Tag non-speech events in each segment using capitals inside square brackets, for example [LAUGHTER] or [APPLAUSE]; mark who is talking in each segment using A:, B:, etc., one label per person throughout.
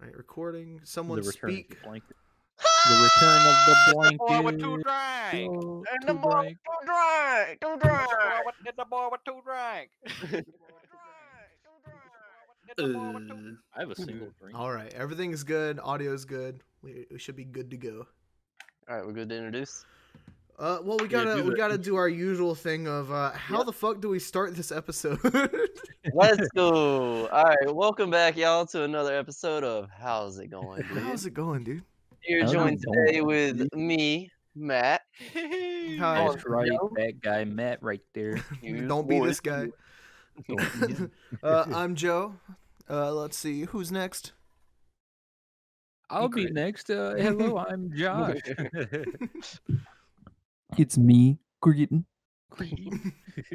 A: right, recording. Someone
B: the return
A: speak.
B: of the blank. The return of the blank.
C: Boy with two
B: dude.
C: drink.
B: Oh,
C: And the
B: two
C: boy with
B: drink.
C: two drink. Two drink. Did the boy with two drink.
A: Uh,
B: I have a [LAUGHS] single drink.
A: all right, everything's good. Audio's good. We, we should be good to go.
D: All right, we're good to introduce.
A: Uh, well, we
B: Yeah,
A: gotta
B: do
A: we
B: the-
A: gotta do our usual thing of uh, how
D: Yep.
A: the fuck do we start this episode? [LAUGHS]
D: [LAUGHS] Let's go. All right, welcome back, y'all, to another episode of How's It Going? Dude?
A: How's it going, dude?
D: You're
B: How's it
D: joined
B: going,
D: today with me, Matt.
A: Hi.
C: Oh,
B: That's right, that guy Matt right [LAUGHS] there.
D: You
A: Don't be
D: boy.
A: this guy.
B: Don't-
A: [LAUGHS] Uh, I'm Joe. Uh, let's see who's next.
B: [LAUGHS] I'll be
D: Great.
B: next. [LAUGHS] Uh, hello, I'm Josh. [LAUGHS]
E: It's me, Greeton.
B: [LAUGHS]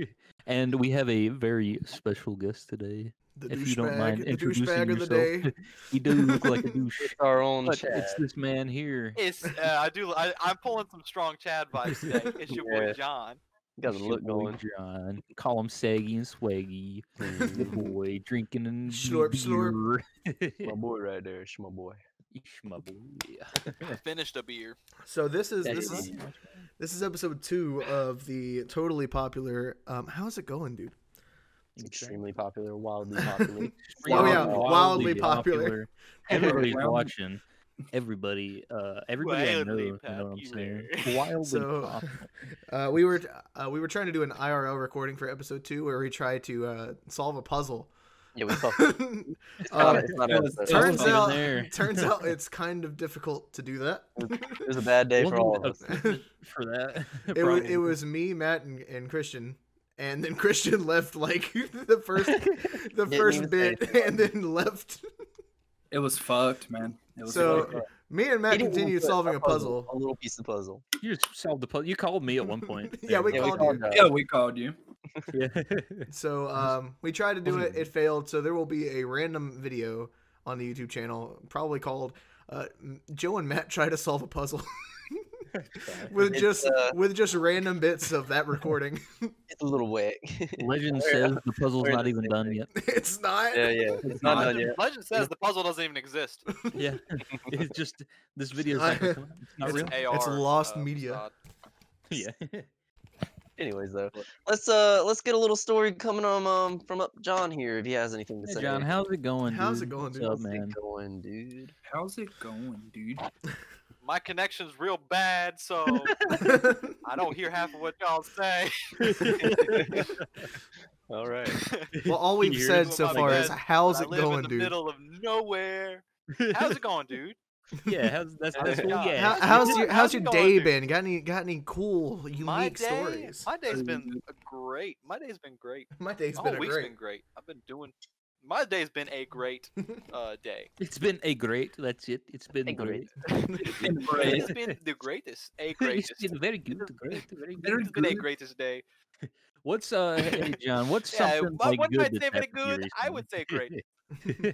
B: and we have a very special guest today.
A: The
B: If you don't mind
A: douchebag, the
B: introducing
A: douchebag of the
B: yourself. [LAUGHS]
A: day.
B: He does look like a douche.
D: [LAUGHS] It's our own
B: But
D: chat.
B: it's this man here.
C: It's, uh, I do. I, I'm pulling some strong Chad vibes today. It's your
D: Yeah.
C: boy John.
D: Got the
B: It's your
D: look
B: boy
D: going.
B: John. Call him saggy and swaggy. the boy drinking and
A: Slurp, slurp.
D: My
B: beer. [LAUGHS]
D: boy right there. It's my boy.
B: Yeesh, my boy.
A: [LAUGHS]
C: Finished a beer.
A: So this is
B: That
A: this
B: is
A: is
B: my-
A: this is episode two of the totally popular. Um, how's it going, dude?
D: It's
B: Exactly.
D: extremely popular, wildly [LAUGHS] popular.
A: Oh, yeah,
B: Wildly,
A: [LAUGHS] wildly popular.
B: Everybody's
E: Wildly.
B: watching. Everybody, uh, everybody I know,
C: Wildly
B: you know what I'm saying.
C: popular.
B: Wildly [LAUGHS]
A: So,
B: popular.
A: [LAUGHS] uh, we were uh, we were trying to do an IRL recording for episode two where we try to uh, solve a
D: [LAUGHS]
A: puzzle. [LAUGHS]
D: Yeah, we fucked. It's
A: Uh,
D: not, it's not
B: it
D: an
B: was- Someone's
D: episode.
A: turns
B: even
A: out,
B: there.
A: [LAUGHS]
B: [LAUGHS]
A: turns
D: [LAUGHS]
A: out it's kind of difficult to do that. [LAUGHS]
D: It was a bad day for
B: Wasn't
D: all of us.
B: equipment [LAUGHS] For that, [LAUGHS]
A: It was,
B: probably.
A: it was me, Matt, and, and Christian, and then [LAUGHS] Christian left like [LAUGHS] the
D: [LAUGHS]
A: first the
D: Didn't
A: first
D: even
A: bit,
D: say anything.
A: and then left.
E: It was fucked, man. It was
A: So-
E: fucked.
A: Me and
D: He
A: Matt
D: didn't even
A: continued
D: put
A: solving a puzzle.
D: A little piece of puzzle.
B: you just solved the puzzle. You called me
A: [LAUGHS]
B: at one point.
A: Yeah, we
D: Yeah, we
A: called
B: [LAUGHS]
D: called
A: you.
D: that.
E: yeah, we called you.
B: Yeah.
A: So um, we tried to do
B: Wasn't
A: it. It failed. So there will be a random video on the YouTube channel, probably called uh, M- "Joe and Matt [LAUGHS] Try to Solve a
B: [LAUGHS]
A: Puzzle" with
D: It's,
A: just
D: uh,
A: with just random bits of that recording. [LAUGHS]
D: It's a little wet.
B: Legend
D: We're-
B: says the puzzle's
D: we're
B: not
D: the
B: even
D: same
B: done
D: thing.
B: yet.
A: it's [LAUGHS] not.
D: yeah, yeah. It's not done yet.
C: Legend says the puzzle doesn't even exist.
B: Yeah, [LAUGHS] it's just
A: [LAUGHS]
B: this video's
A: I-
B: not, gonna come out. It's not
A: it's-
B: real. [LAUGHS]
C: It's Oh, AR.
A: lost media.
C: facade.
B: Yeah.
D: [LAUGHS] Anyways, though, let's uh let's get a little story coming on um from up John here if he has anything to
B: Hey,
D: say.
B: John, how's it going?
A: How's it
B: dude?
A: going,
B: What's
A: dude?
B: up,
D: How's it
B: man?
D: going, dude?
E: How's it going, dude?
C: My connection's real bad, [LAUGHS] so I don't hear half of what y'all say.
D: All right.
A: [LAUGHS]
C: [LAUGHS]
A: well, all
B: Can you
A: we've
B: hear
A: said
C: me?
A: so
C: Oh my
A: far is
C: God.
A: "How's
C: I
A: it
C: live in
A: going,
C: the
A: dude?"
C: middle of nowhere. How's it going,
A: [LAUGHS]
C: dude?
B: yeah, how's that's
D: How's
B: that's
D: it
B: what we
C: going?
A: How,
B: asked.
A: how's
C: How's
A: your
C: it
A: How's your
C: going,
A: day
C: dude?
A: been? Got any Got any cool, unique
C: my day,
A: stories?
C: my day's been
E: Um,
C: a great. My day's been great.
A: My day's
C: My
A: been
C: whole
A: a
C: week's
A: great.
C: been great. I've been doing. My day's been
A: [LAUGHS]
C: a great uh, day.
B: It's been a great. That's it. It's been
D: A
B: great.
C: [LAUGHS]
D: great.
B: [LAUGHS]
C: It's been [LAUGHS] the greatest. A greatest.
B: It's been very good. Great. Very good.
C: It's been a greatest day.
B: What's uh, hey, John? What's
C: Yeah,
B: something
C: wha-
B: like
C: what
B: good
C: might
B: that's
C: say been
B: happened to you
C: good? I would
B: recently?
C: say great. Something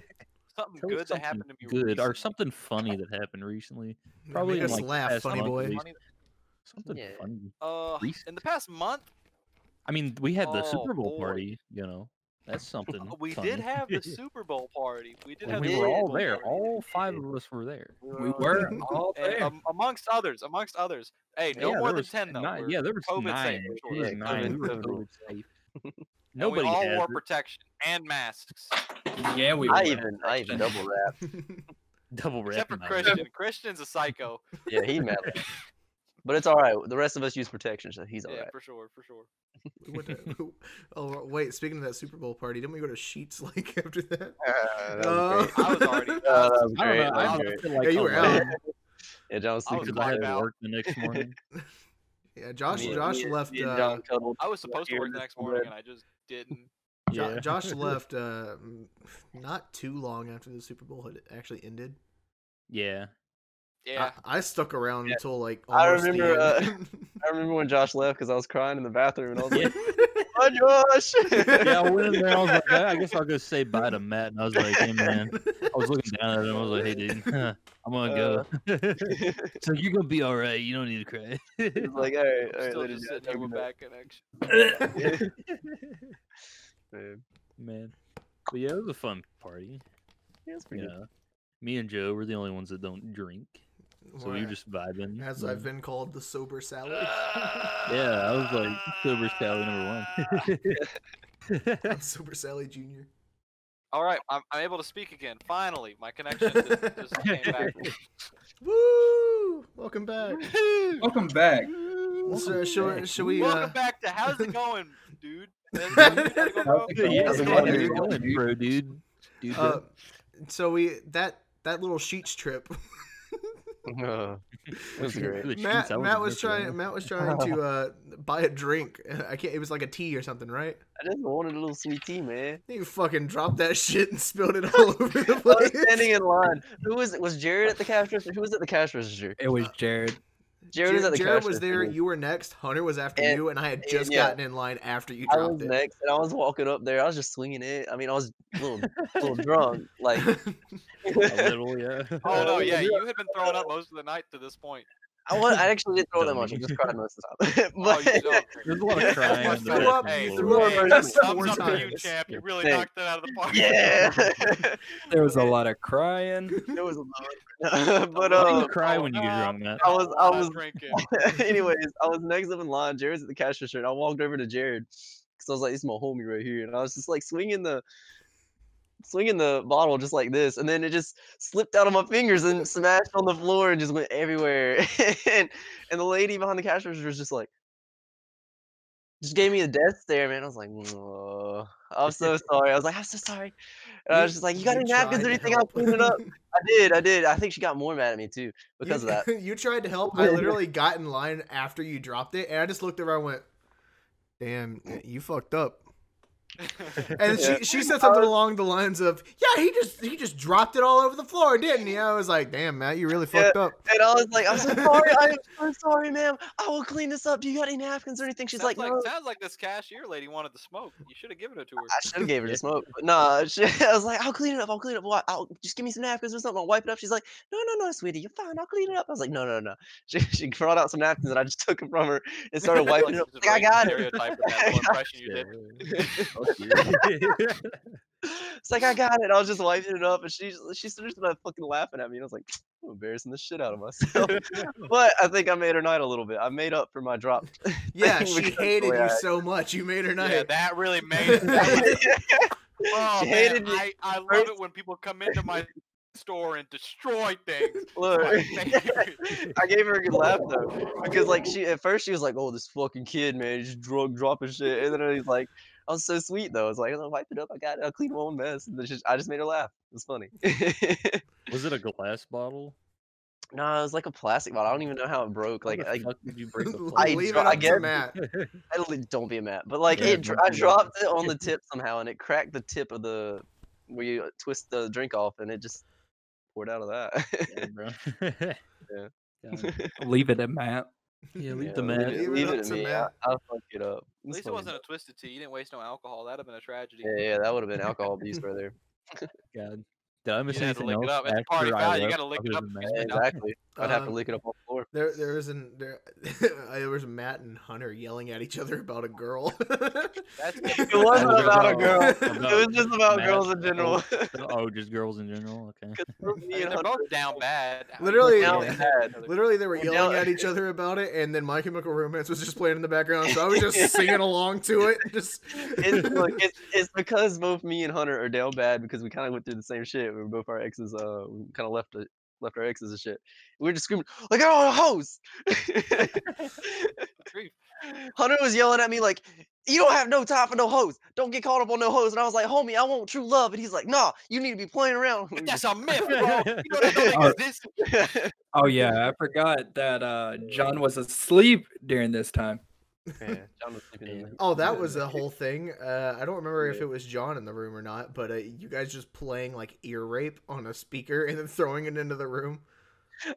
B: Tell us
C: good that
B: something
C: happened to me.
B: good or
C: recently.
B: something funny that happened recently.
A: Make
B: Probably in,
A: us
B: like, the
A: laugh,
B: past
A: funny
B: month,
A: [LAUGHS] boy.
B: please.
C: Funny-
B: Something
D: Yeah.
B: funny.
C: Uh, in
B: Recent.
C: the past month,
B: I mean, we had the
C: Oh,
B: Super Bowl
C: boy.
B: party. You know, that's something.
C: [LAUGHS] we
B: funny.
C: did
B: [LAUGHS]
C: have the Super Bowl party. We did
B: And oh,
C: have.
B: we
C: the
B: were
C: Super
B: all
C: Bowl
B: there.
C: party.
B: All five of us were there.
E: We were
C: [LAUGHS]
E: all
C: And,
E: there.
C: um, amongst others, amongst others. Hey, no
B: Yeah, there
C: more than
B: was
C: ten though.
B: nine-
C: We're-
B: yeah, there was
C: COVID
B: nine.
C: safe,
B: There
C: for sure.
B: was
D: Yeah,
B: nine. We
D: COVID
B: were COVID
D: safe.
B: safe.
C: [LAUGHS] and we
B: Nobody
C: all
B: has
C: wore
B: it.
C: protection and masks, [LAUGHS]
E: Yeah, we
D: I
E: were.
D: [LAUGHS] even I even double wrapped.
B: double
C: except for
B: wrapping my-
C: Christian. Christian's a psycho.
D: Yeah,
C: [LAUGHS]
D: he mad. at us. But it's all right. The rest of us use protection, so he's all
C: Yeah,
D: right.
C: for sure, for sure.
A: We went to- oh wait, speaking of that Super Bowl party, didn't we go to Sheets [LAUGHS] like after that?
D: Uh, [LAUGHS] that
A: Uh,
D: was
C: I was already.
D: great. Uh, that was
B: I don't
D: great.
B: know. I was up
D: That was great.
B: till, like oh
A: Yeah, you were out.
D: [LAUGHS]
B: eleven
D: Yeah, John
C: I
D: was
C: was
D: sleeping.
B: because I had
C: blacked
B: to
C: out.
B: work the next
C: [LAUGHS]
B: morning.
A: Yeah, Josh.
D: Me-
A: Josh
D: me and-
A: left.
D: me and
A: Uh,
D: John cuddled.
C: I was supposed to
D: here
C: work
D: in
C: the
D: this
C: next morning
D: bed.
C: and I just didn't.
A: Jo-
B: Yeah. [LAUGHS]
A: Josh left uh, m- not too long after the Super Bowl had actually ended.
B: Yeah.
C: Yeah,
A: I, I stuck around
D: Yeah.
A: until like.
D: I
A: almost the
D: remember, uh,
A: end.
D: I remember when Josh left because I was crying in the bathroom, [LAUGHS] and I was like,
A: [LAUGHS]
D: "Oh, Josh!"
B: [LAUGHS]
D: [LAUGHS]
B: Yeah, I went in there. I was like, I I guess I'll go
A: [LAUGHS]
B: say bye to Matt. And I was like, hey, man. I was looking down at him. I was like, hey, dude, [LAUGHS] I'm going to
C: Uh.
B: go. [LAUGHS] so you're going to be all right. You don't need to cry. [LAUGHS]
D: [LAUGHS] He's like, "All right, all
C: I'm
D: right,
C: still
D: later,
C: just
D: Josh,
C: sitting
D: have
C: here
D: a
C: with
D: good night."
C: bad connection.
D: Man,
B: man. But yeah, it was a fun party.
D: yeah, it's pretty
B: You
D: good.
B: know. Me and Joe were the only ones that don't drink, so we
A: Right.
B: were just vibing.
A: as I've been called the sober Sally.
D: Uh.
B: Yeah, I was like sober Sally [LAUGHS] number one.
A: [LAUGHS] I'm sober Sally Junior.
C: All right, I'm, I'm able to speak again. Finally, my connection just, just came back.
A: Woo! Welcome back.
E: Welcome back.
B: [LAUGHS]
A: So, should, should we? Uh,
C: Welcome back to How's It Going, dude?
E: How's it
B: yeah,
A: How's it
B: yeah,
A: going,
B: dude?
E: dude?
B: Going, bro, dude. Dude,
A: uh, so we that that little sheets trip.
D: [LAUGHS] Uh, it was
B: [LAUGHS]
D: great.
A: Matt, Matt was trying. Matt was trying to uh, buy a drink. [LAUGHS] I can't. It was like a tea or something, right?
D: I just wanted a little sweet tea, man.
A: You fucking dropped that [LAUGHS] shit and spilled it all over the
D: [LAUGHS] I was
A: place.
D: standing in line. Who was it? Was Jared at the cash register? Who was at the cash register?
E: It was Jared.
D: Jared was at the
A: Jared
D: cash
A: was there.
D: register.
A: You were next. Hunter was after
D: And-
A: you, and I had
D: and
A: just
D: yeah.
A: gotten in line after you
D: I was
A: dropped it.
D: next, and I was walking up there. I was just swinging it. I mean, I was a little, little drunk.
A: [LAUGHS]
D: Like,
B: A little, yeah.
C: Oh no,
D: Uh,
C: yeah, you had been throwing up most of the night to this point.
D: I, was, I actually didn't throw that much. I
B: Dummy.
D: just cried most of the time. [LAUGHS]
C: Oh,
D: but
C: you joke.
B: There's a lot
D: [LAUGHS]
B: of crying. in the
A: threw up-
B: bathroom,
A: you
B: a
A: threw
B: little
A: up
B: bit.
A: Hey,
C: That's
A: four
C: thumbs up to you,
A: times.
C: champ. You really
D: Thanks.
C: knocked that out of the park. [LAUGHS]
D: yeah,
E: [LAUGHS]
D: [LAUGHS]
E: There was a lot of crying.
D: there was a lot. [LAUGHS] but
B: Why do
A: Oh,
D: um,
B: you cry when you get
C: uh,
B: drunk, Matt?
D: I was- I
C: I'm
D: was- [LAUGHS]
C: drinking. [LAUGHS]
D: Anyways, I was next up in line. Jared's at the cash register, and I walked over to Jared because I was like, "This is my homie right here," and I was just like swinging the, swinging the bottle just like this, and then it just slipped out of my fingers and smashed on the floor and just went everywhere. [LAUGHS] and and the lady behind the cash register was just like, just gave me a death stare, man. I was like, "Mwah. "I'm so sorry." I was like, "I'm so sorry," and I was just like, "You got any napkins or anything? I'll clean
A: [LAUGHS]
D: it up." I did, I did. I think she got more mad at me too because
A: you,
D: of
A: [LAUGHS]
D: that.
A: you tried to help.
D: [LAUGHS]
A: I literally got in line after you dropped it, and I just looked around and went, "Damn, eh, you fucked up." And
D: Yeah. [LAUGHS]
A: she, she said something along the lines of, "Yeah, he just he just dropped it all over the floor, didn't he?" I was like, "Damn, Matt, you really
D: Yeah.
A: fucked
D: [LAUGHS]
A: up."
D: And I was like, I'm
C: [LAUGHS]
D: so sorry, I'm so sorry, ma'am. I will clean this up. Do you got any napkins or anything? She's
C: sounds
D: like,
C: like,
D: no.
C: sounds like this cashier lady wanted the smoke. You should have given it to her.
D: I should have gave her the smoke, but nah. [LAUGHS] She, I was like, I'll clean it up. I'll clean it up. Why? I'll just give me some napkins or something. I'll wipe it up. She's like, no, no, no, sweetie, you're fine. I'll clean it up. I was like, no, no, [LAUGHS] no. She, she brought out some napkins and I just [LAUGHS] took them from her
C: [LAUGHS]
D: and started
C: I feel
D: wiping it up.
C: like this is a stereotype of
D: Like, I got it.
C: that whole impression you
B: [LAUGHS]
C: did.
E: [LAUGHS]
A: [LAUGHS]
D: [LAUGHS] It's like I got it. I was just wiping it up, and she just- she started fucking laughing at me, and I was like, [SNIFFS] I'm embarrassing the shit out
C: [LAUGHS]
D: of myself. [LAUGHS] but I think I made her night a little bit. I made up for
C: [LAUGHS]
D: my drop.
A: Yeah,
D: Because
A: she
D: of the
A: hated
D: way
A: you
D: I-
A: so much. You made her
C: Yeah,
A: night.
B: [LAUGHS]
C: that really made it. Oh,
D: She
C: man,
D: hated me
C: I, I love
D: first.
C: it when people come into my [LAUGHS] store and destroy
D: [LAUGHS]
C: things.
D: Look,
C: My favorite.
D: I gave her a good laugh
B: [LAUGHS]
D: though, because like she at first she was like, "Oh, this fucking kid, man, he's drug dropping shit," and then he's like, "I was so sweet though." I was like, "I'll wipe it up. I got. It. I'll clean my own mess." And then she, I just made her laugh. It was funny. [LAUGHS]
B: Was it a glass bottle?
D: no, it was like a plastic bottle. I don't even know how it broke.
B: How
D: Like,
B: the
D: I,
B: fuck did
A: [LAUGHS]
B: you [LAUGHS] break the
A: Leave
D: I
B: bottle?
A: it
D: dro-
A: up
D: I
A: to
D: guess-
A: Matt.
D: I don't think- don't be a mat, but like
B: Yeah,
D: it, dro-
B: don't
D: I
B: be a
D: dropped it on the tip somehow, and it cracked the tip of the where you twist the drink off, and it just poured out of that. [LAUGHS]
B: Yeah, bro. [LAUGHS]
E: Leave it at Matt.
B: [LAUGHS] yeah, leave
D: Yeah,
B: the
D: leave
B: mat.
D: it-
A: Leave it
D: Leave
A: up
D: it to
A: to
D: me. I-
A: Matt.
D: I'll fuck it up.
C: At
D: It's
C: least it
D: fine.
C: wasn't a twisted tea. You didn't waste no alcohol. That'd have been a tragedy. [LAUGHS]
D: Yeah, yeah, that would have been alcohol abuse right there.
B: God. Did I miss
C: You had to
B: anything
C: lick
B: else?
C: it up. It's a
B: after
C: party
B: I
C: foul. You
B: left?
C: gotta lick it
B: Other
C: up
B: than that?
C: if you
D: Yeah,
C: Yeah.
D: exactly. I'd have to
A: Um,
D: lick it up on the floor.
A: [LAUGHS] There, there was an there, [LAUGHS] there was Matt and Hunter yelling at each other about a girl. [LAUGHS]
C: That's
D: [LAUGHS] [LAUGHS] It wasn't
B: Over
D: about a
B: about-
D: [LAUGHS] girl.
B: about
D: It was just about
B: Matt.
D: girls in [LAUGHS] general.
B: [LAUGHS] Oh, just girls in general. Okay.
D: 'Cause both
C: I
D: me
C: mean,
D: and
C: they're
D: Hunter
C: both down bad. I mean,
A: Literally-
C: they're
D: down
C: both
D: bad.
C: together.
A: Literally, they were
D: Well,
A: yelling
D: now-
A: at each other about it, and then My Chemical Romance was just playing in the background, so I was just singing along to it. Just
D: it's, look, it's, it's because both me and Hunter are down bad because we kind of went through the same shit. We were both our exes, uh, we kind of left a, left our exes and shit. We were just screaming like, "Oh, hoes!"
C: Grief.
D: [LAUGHS] Hunter was yelling at me like, "You don't have no time for no hoes. Don't get caught up on no hoes." And I was like, "Homie, I want true love." And he's like, "Nah, you need to be playing around." [LAUGHS] We
C: But
D: were
C: That's a myth, bro. You
B: [LAUGHS]
C: know that don't
E: Or-
C: exist.
D: just-
E: [LAUGHS] Oh yeah, I forgot that uh, John was asleep during this time.
D: Man, John was sleeping in
B: Yeah.
D: there.
A: [LAUGHS] oh, that
D: Yeah.
A: was a whole thing. Uh, I don't remember if
D: Yeah.
A: it was John in the room or not, but uh, you guys just playing like ear rape on a speaker and then throwing it into the room.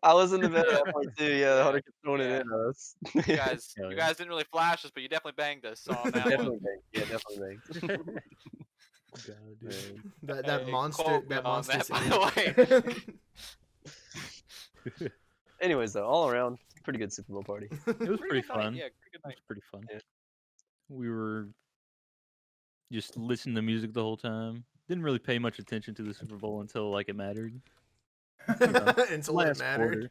D: I was in the bed at that
E: [LAUGHS]
D: point too. Yeah,
C: Yeah,
D: Hunter kept throwing
C: yeah.
D: it in us. [LAUGHS]
C: You guys,
B: Hell
C: you
B: [LAUGHS] yeah.
C: guys didn't really flash us, but you definitely banged us. So
B: [LAUGHS]
C: on that one.
D: definitely, banged. yeah, definitely. banged.
B: God, dude.
D: Man.
A: That that
C: Hey,
A: monster,
C: called me
A: that
C: on
A: monster.
C: that, by
A: scene.
C: the
A: [LAUGHS]
C: way.
D: Anyways, though, all around, pretty good Super Bowl
E: [LAUGHS]
D: party.
B: It was pretty
C: good night,
B: fun.
C: Yeah,
B: It
C: pretty good
B: was
C: night.
B: pretty fun.
D: Yeah.
B: We were just listening to music the whole time. Didn't really pay much attention to the Super Bowl until like it mattered.
A: and so it mattered.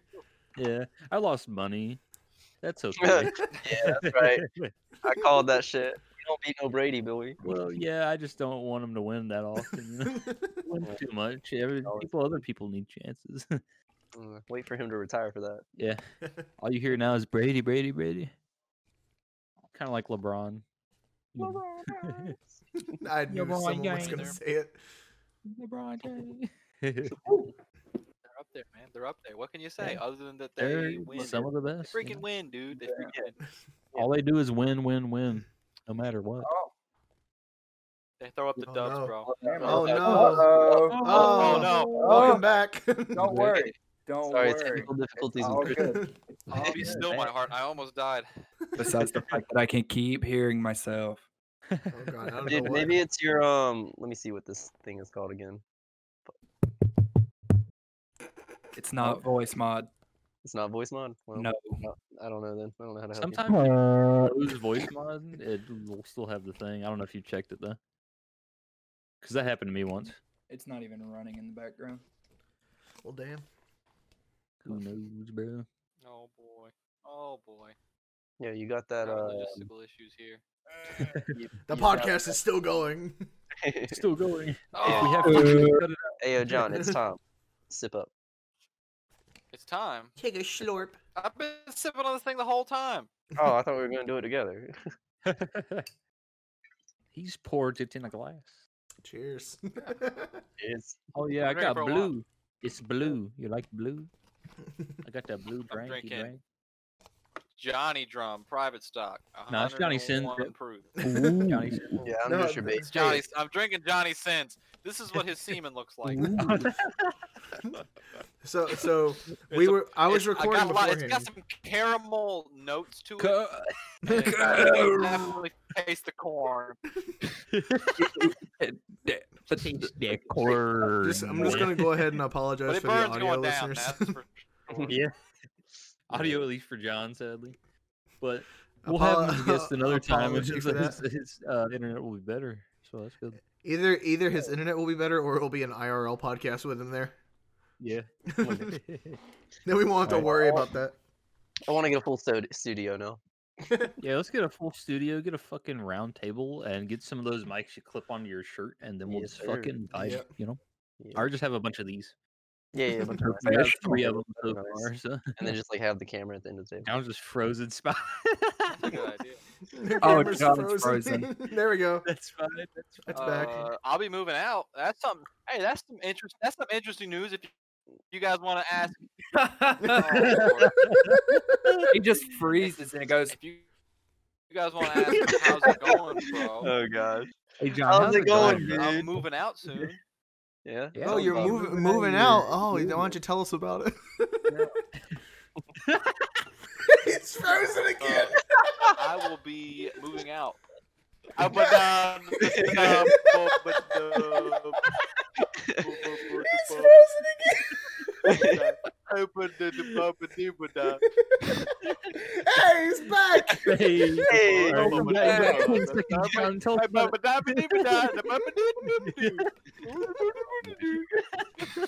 B: quarter. Yeah, I lost money.
C: [LAUGHS]
B: That's okay.
D: Yeah, that's
B: [LAUGHS]
D: right. I called that shit. You don't beat no Brady, Billy.
B: well, yeah, I just don't want them to win that often.
C: [LAUGHS]
B: You know?
A: [LAUGHS]
B: [LAUGHS] Win too much. Every, people, other people need chances.
D: Mm, Wait for him to retire for that.
B: yeah. All you hear now is Brady, Brady, Brady. Kind of like LeBron.
E: Mm.
A: I knew
B: boy,
A: someone
B: yeah,
A: was
B: ain't
A: gonna
B: there.
A: say it.
B: LeBron James.
C: They're up there, man. They're up there. What can you say
B: Yeah.
C: other than that they
B: They're
C: win?
B: some of the
C: they
B: best. you
C: freaking
B: know?
C: win, dude. They freaking [LAUGHS] win.
B: All they do is win, win, win, no matter what.
C: They throw up the
A: Oh,
C: dubs,
A: no.
C: bro.
A: Oh no!
E: Uh-oh.
A: Oh,
C: Oh, no.
A: Welcome
E: [LAUGHS]
A: back.
E: Don't worry. Don't
D: Sorry,
E: worry.
D: technical difficulties.
E: All
D: with [LAUGHS] Chris.
E: good.
C: Oh, be still, my heart. I almost died.
E: Besides the fact that I can keep hearing myself.
B: [LAUGHS]
A: oh god! I don't know
D: Dude,
A: what.
D: maybe it's your um. Let me see what this thing is called again.
E: It's not voice mod.
D: It's not voice mod. Well,
E: No.
D: I don't know then. I don't know how to help
B: Sometimes if you lose voice mod, it will still have the thing. I don't know if you checked it though, because that happened to me once.
E: It's not even running in the background.
A: Well, damn.
B: Who knows, bro?
C: Oh boy. Oh boy.
D: you. Yeah, you got that.
C: Got
D: Uh,
E: um,
C: logistical issues here.
D: [LAUGHS]
E: [LAUGHS]
A: The podcast is still going. [LAUGHS]
B: Still going. If we
C: Oh,
B: have to, cut it
D: hey, yo, John,
E: [LAUGHS]
D: it's Tom. Sip up.
C: it's time.
A: Take a slurp.
C: I've been sipping on this thing the whole time.
D: Oh, I thought we were gonna do it together. [LAUGHS]
B: out. [LAUGHS] He's poured it in a glass.
A: Cheers. [LAUGHS]
D: It's
B: Oh yeah, I
C: drinking
B: got
C: for a while.
B: blue. It's blue. You like blue? I got that blue
C: I'm
B: branky
C: drinking.
B: drink.
C: Johnny Drum, private stock.
B: No, it's Johnny Sins, bro.
C: 101 proof.
B: Johnny said,
D: yeah. I'm
A: No,
D: just your base.
C: It's Johnny. I'm drinking Johnny Sins. This is what his semen looks like. [LAUGHS]
A: So, so we
C: a-
A: were. I was
C: It's-
A: recording
C: got a lot- It's
A: beforehand.
C: got some caramel notes to it. and it's got- it
E: Co-
C: definitely taste the corn.
B: "Dick or
A: Just- I'm just gonna go ahead and
C: But
A: apologize
C: it
A: for the
C: burns
A: audio
C: going down.
A: listeners.
C: That's for sure.
B: Yeah. [LAUGHS] audio at least for John, sadly. But we'll have him
A: Apo-
B: guest another time. It's,
A: apology
B: it's,
A: for
B: [LAUGHS]
A: that.
B: it's, uh, internet will be better, so that's good.
A: [LAUGHS] Either either his internet will be better, or it'll be an IRL podcast with him there.
B: Yeah.
A: [LAUGHS] then we won't have to
B: Alright.
A: worry about that. [LAUGHS]
D: I want to get a full stu- studio now.
B: yeah, let's get a full studio, get a fucking round table, and get some of those mics you clip onto your shirt, and then we'll
D: Yes,
B: just
D: sir.
B: fucking buy
A: Yep.
B: you know,
D: Yeah,
B: or just have a bunch of these.
D: yeah, yeah. but-
B: We have
E: Professional.
B: three of them so
D: Nice.
B: far. So
D: and then just like have the camera at the end of the table.
B: John's just frozen [LAUGHS] spot.
C: That's a good idea.
A: Their
E: Oh,
A: camera's
E: God, it's frozen.
A: [LAUGHS] there we go.
B: that's fine. That's fine.
A: It's back.
C: Uh, I'll be moving out. That's something. Hey, that's some interest. That's some interesting news. If you guys want to ask, oh, Lord.
E: he just freezes and it goes.
C: if you you guys want to ask how's it going, bro?
D: [LAUGHS] Oh gosh.
B: Hey John,
D: How's it going,
B: bro?
D: dude?
C: I'm moving out
D: [LAUGHS]
C: soon.
D: Yeah.
B: Yeah,
A: oh, you're
D: Bob. [LAUGHS]
A: moving
B: out
A: moving
B: here.
A: out. Oh, why
B: Yeah.
A: don't you tell us about it? [LAUGHS] it's frozen again.
C: I will be moving
D: [LAUGHS]
C: out. Uh, but, um, um, bu- but, uh, bu- bu- bu- bu- da- uh, bu- da- da- bu- bu- dee- bu- da.
A: hey, he's back.
B: Hey,
D: Hey,
B: Alright,
C: John.
B: you got- you got
C: Hey,
B: ten
C: John.
B: seconds, John, tell us
C: Hey, bu-
B: about
C: bu- da- bu- dee- bu- da- da- bu- bu- doo- doo- doo- doo.
A: [LAUGHS]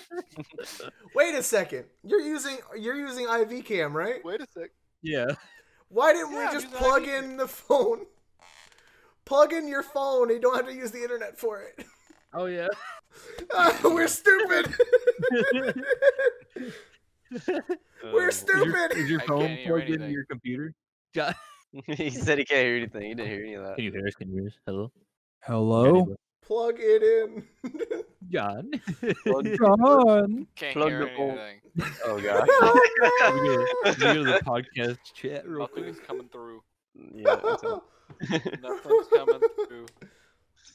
A: Wait a second. You're using you're using IV cam, right?
C: Wait a sec.
B: Yeah.
A: Why didn't
C: Yeah, I'm
A: we just
C: using
A: plug
C: IV.
A: in the phone? Plug in your phone. You don't have to use the internet for it. [LAUGHS]
B: Oh yeah.
A: we're stupid. [LAUGHS]
D: Oh,
A: we're
B: Is your,
A: stupid.
B: is your
C: I
B: phone
C: can't hear
B: plugged into
C: anything.
B: your computer? John,
D: [LAUGHS] he said he can't hear anything. He didn't hear any of that.
B: can you hear us? Can you hear us? Hello. Oh,
E: Hello,
A: Plug it in.
B: John.
D: Plug-
B: you
E: [LAUGHS] John.
C: Can't
D: Plug
C: hear
D: the phone.
C: anything.
D: [LAUGHS] Oh
A: [LAUGHS]
D: [LAUGHS] god.
B: go you go to the podcast
D: [LAUGHS]
B: chat
D: Oh,
B: real quick.
C: Nothing's coming through.
D: Mm, yeah.
A: [LAUGHS]
D: it's all-
C: Nothing's coming through.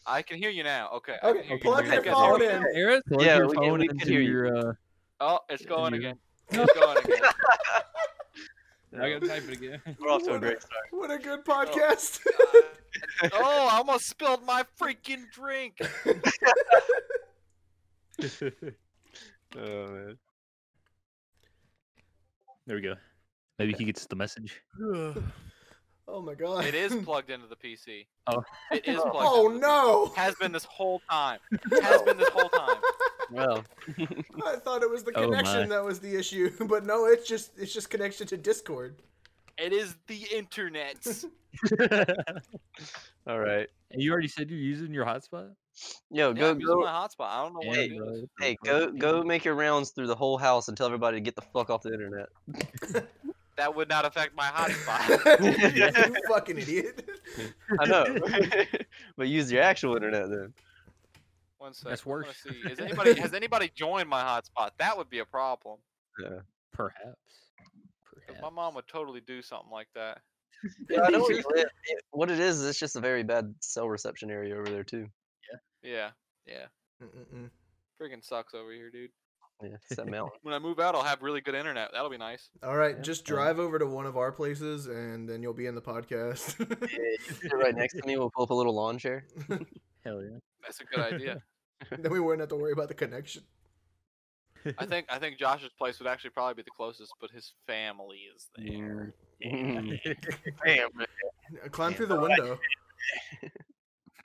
C: I can hear you now. Okay. I can
A: okay,
C: hear you
A: plug
C: now.
A: your
C: I can
A: phone
C: hear you.
A: in.
E: Eric.
B: Plug
D: Yeah,
B: your
D: we can-
B: phone
D: we can
B: into
D: hear you.
B: your.
D: [LAUGHS]
B: Uh,
C: Oh, it's going
B: you-
C: again. It's going again.
A: [LAUGHS]
C: [LAUGHS]
D: [LAUGHS]
B: I gotta type it again.
D: We're off to a great start.
A: What a good podcast.
C: oh, I almost spilled my freaking drink.
D: [LAUGHS]
B: [LAUGHS]
D: Oh man.
B: There we go. Maybe he gets the message.
A: oh my god.
C: It is plugged into the PC.
B: Oh.
C: It is plugged
A: Oh
C: into the PC.
A: no.
C: [LAUGHS] Has been this whole time. Has been this whole time.
B: [LAUGHS]
D: Wow.
A: I thought it was the
B: Oh,
A: connection
B: my.
A: that was the issue, [LAUGHS] but no, it's just it's just connection to Discord.
C: It is the internet.
A: [LAUGHS]
D: All right.
B: And you already said you're using your hotspot.
D: Yo,
C: yeah,
D: go
C: I'm using my
D: go.
C: hotspot. I don't know what
D: Hey,
C: it
B: bro,
C: is.
B: that's
D: Hey,
B: pretty
D: go
B: cool.
D: go make your rounds through the whole house and tell everybody to get the fuck off the internet.
C: That would not affect
A: [LAUGHS]
C: my hotspot.
A: you
D: [LAUGHS]
A: fucking idiot.
D: I know. [LAUGHS] but use your actual internet then.
C: One second.
B: That's worse.
C: See. Is anybody
B: [LAUGHS]
C: has anybody joined my hotspot? That would be a problem.
B: Perhaps.
C: 'cause
B: Perhaps.
C: My mom would totally do something like that.
D: Yeah, I know [LAUGHS] where you live. It- what it is, it's just a very bad cell reception area over there too.
C: Yeah, yeah.
A: Mm-mm-mm.
C: Freaking sucks over here, dude.
D: [LAUGHS] Yeah, it's that mountain.
C: When I move out, I'll have really good internet. That'll be nice.
A: All right,
D: Yeah,
A: just
D: fine.
A: drive over to one of our places, and then you'll be in the podcast.
D: Yeah, you sit right next to me, we'll pull up a little lawn [LAUGHS] chair.
C: [LAUGHS]
B: Hell yeah.
C: That's a
A: [LAUGHS]
C: good idea.
A: [LAUGHS] then we wouldn't have to worry about the connection.
C: I
B: [LAUGHS]
C: think I think Josh's place would actually probably be the closest, but his family is there.
D: Damn.
A: Uh, Climb
D: Yeah,
A: through the window.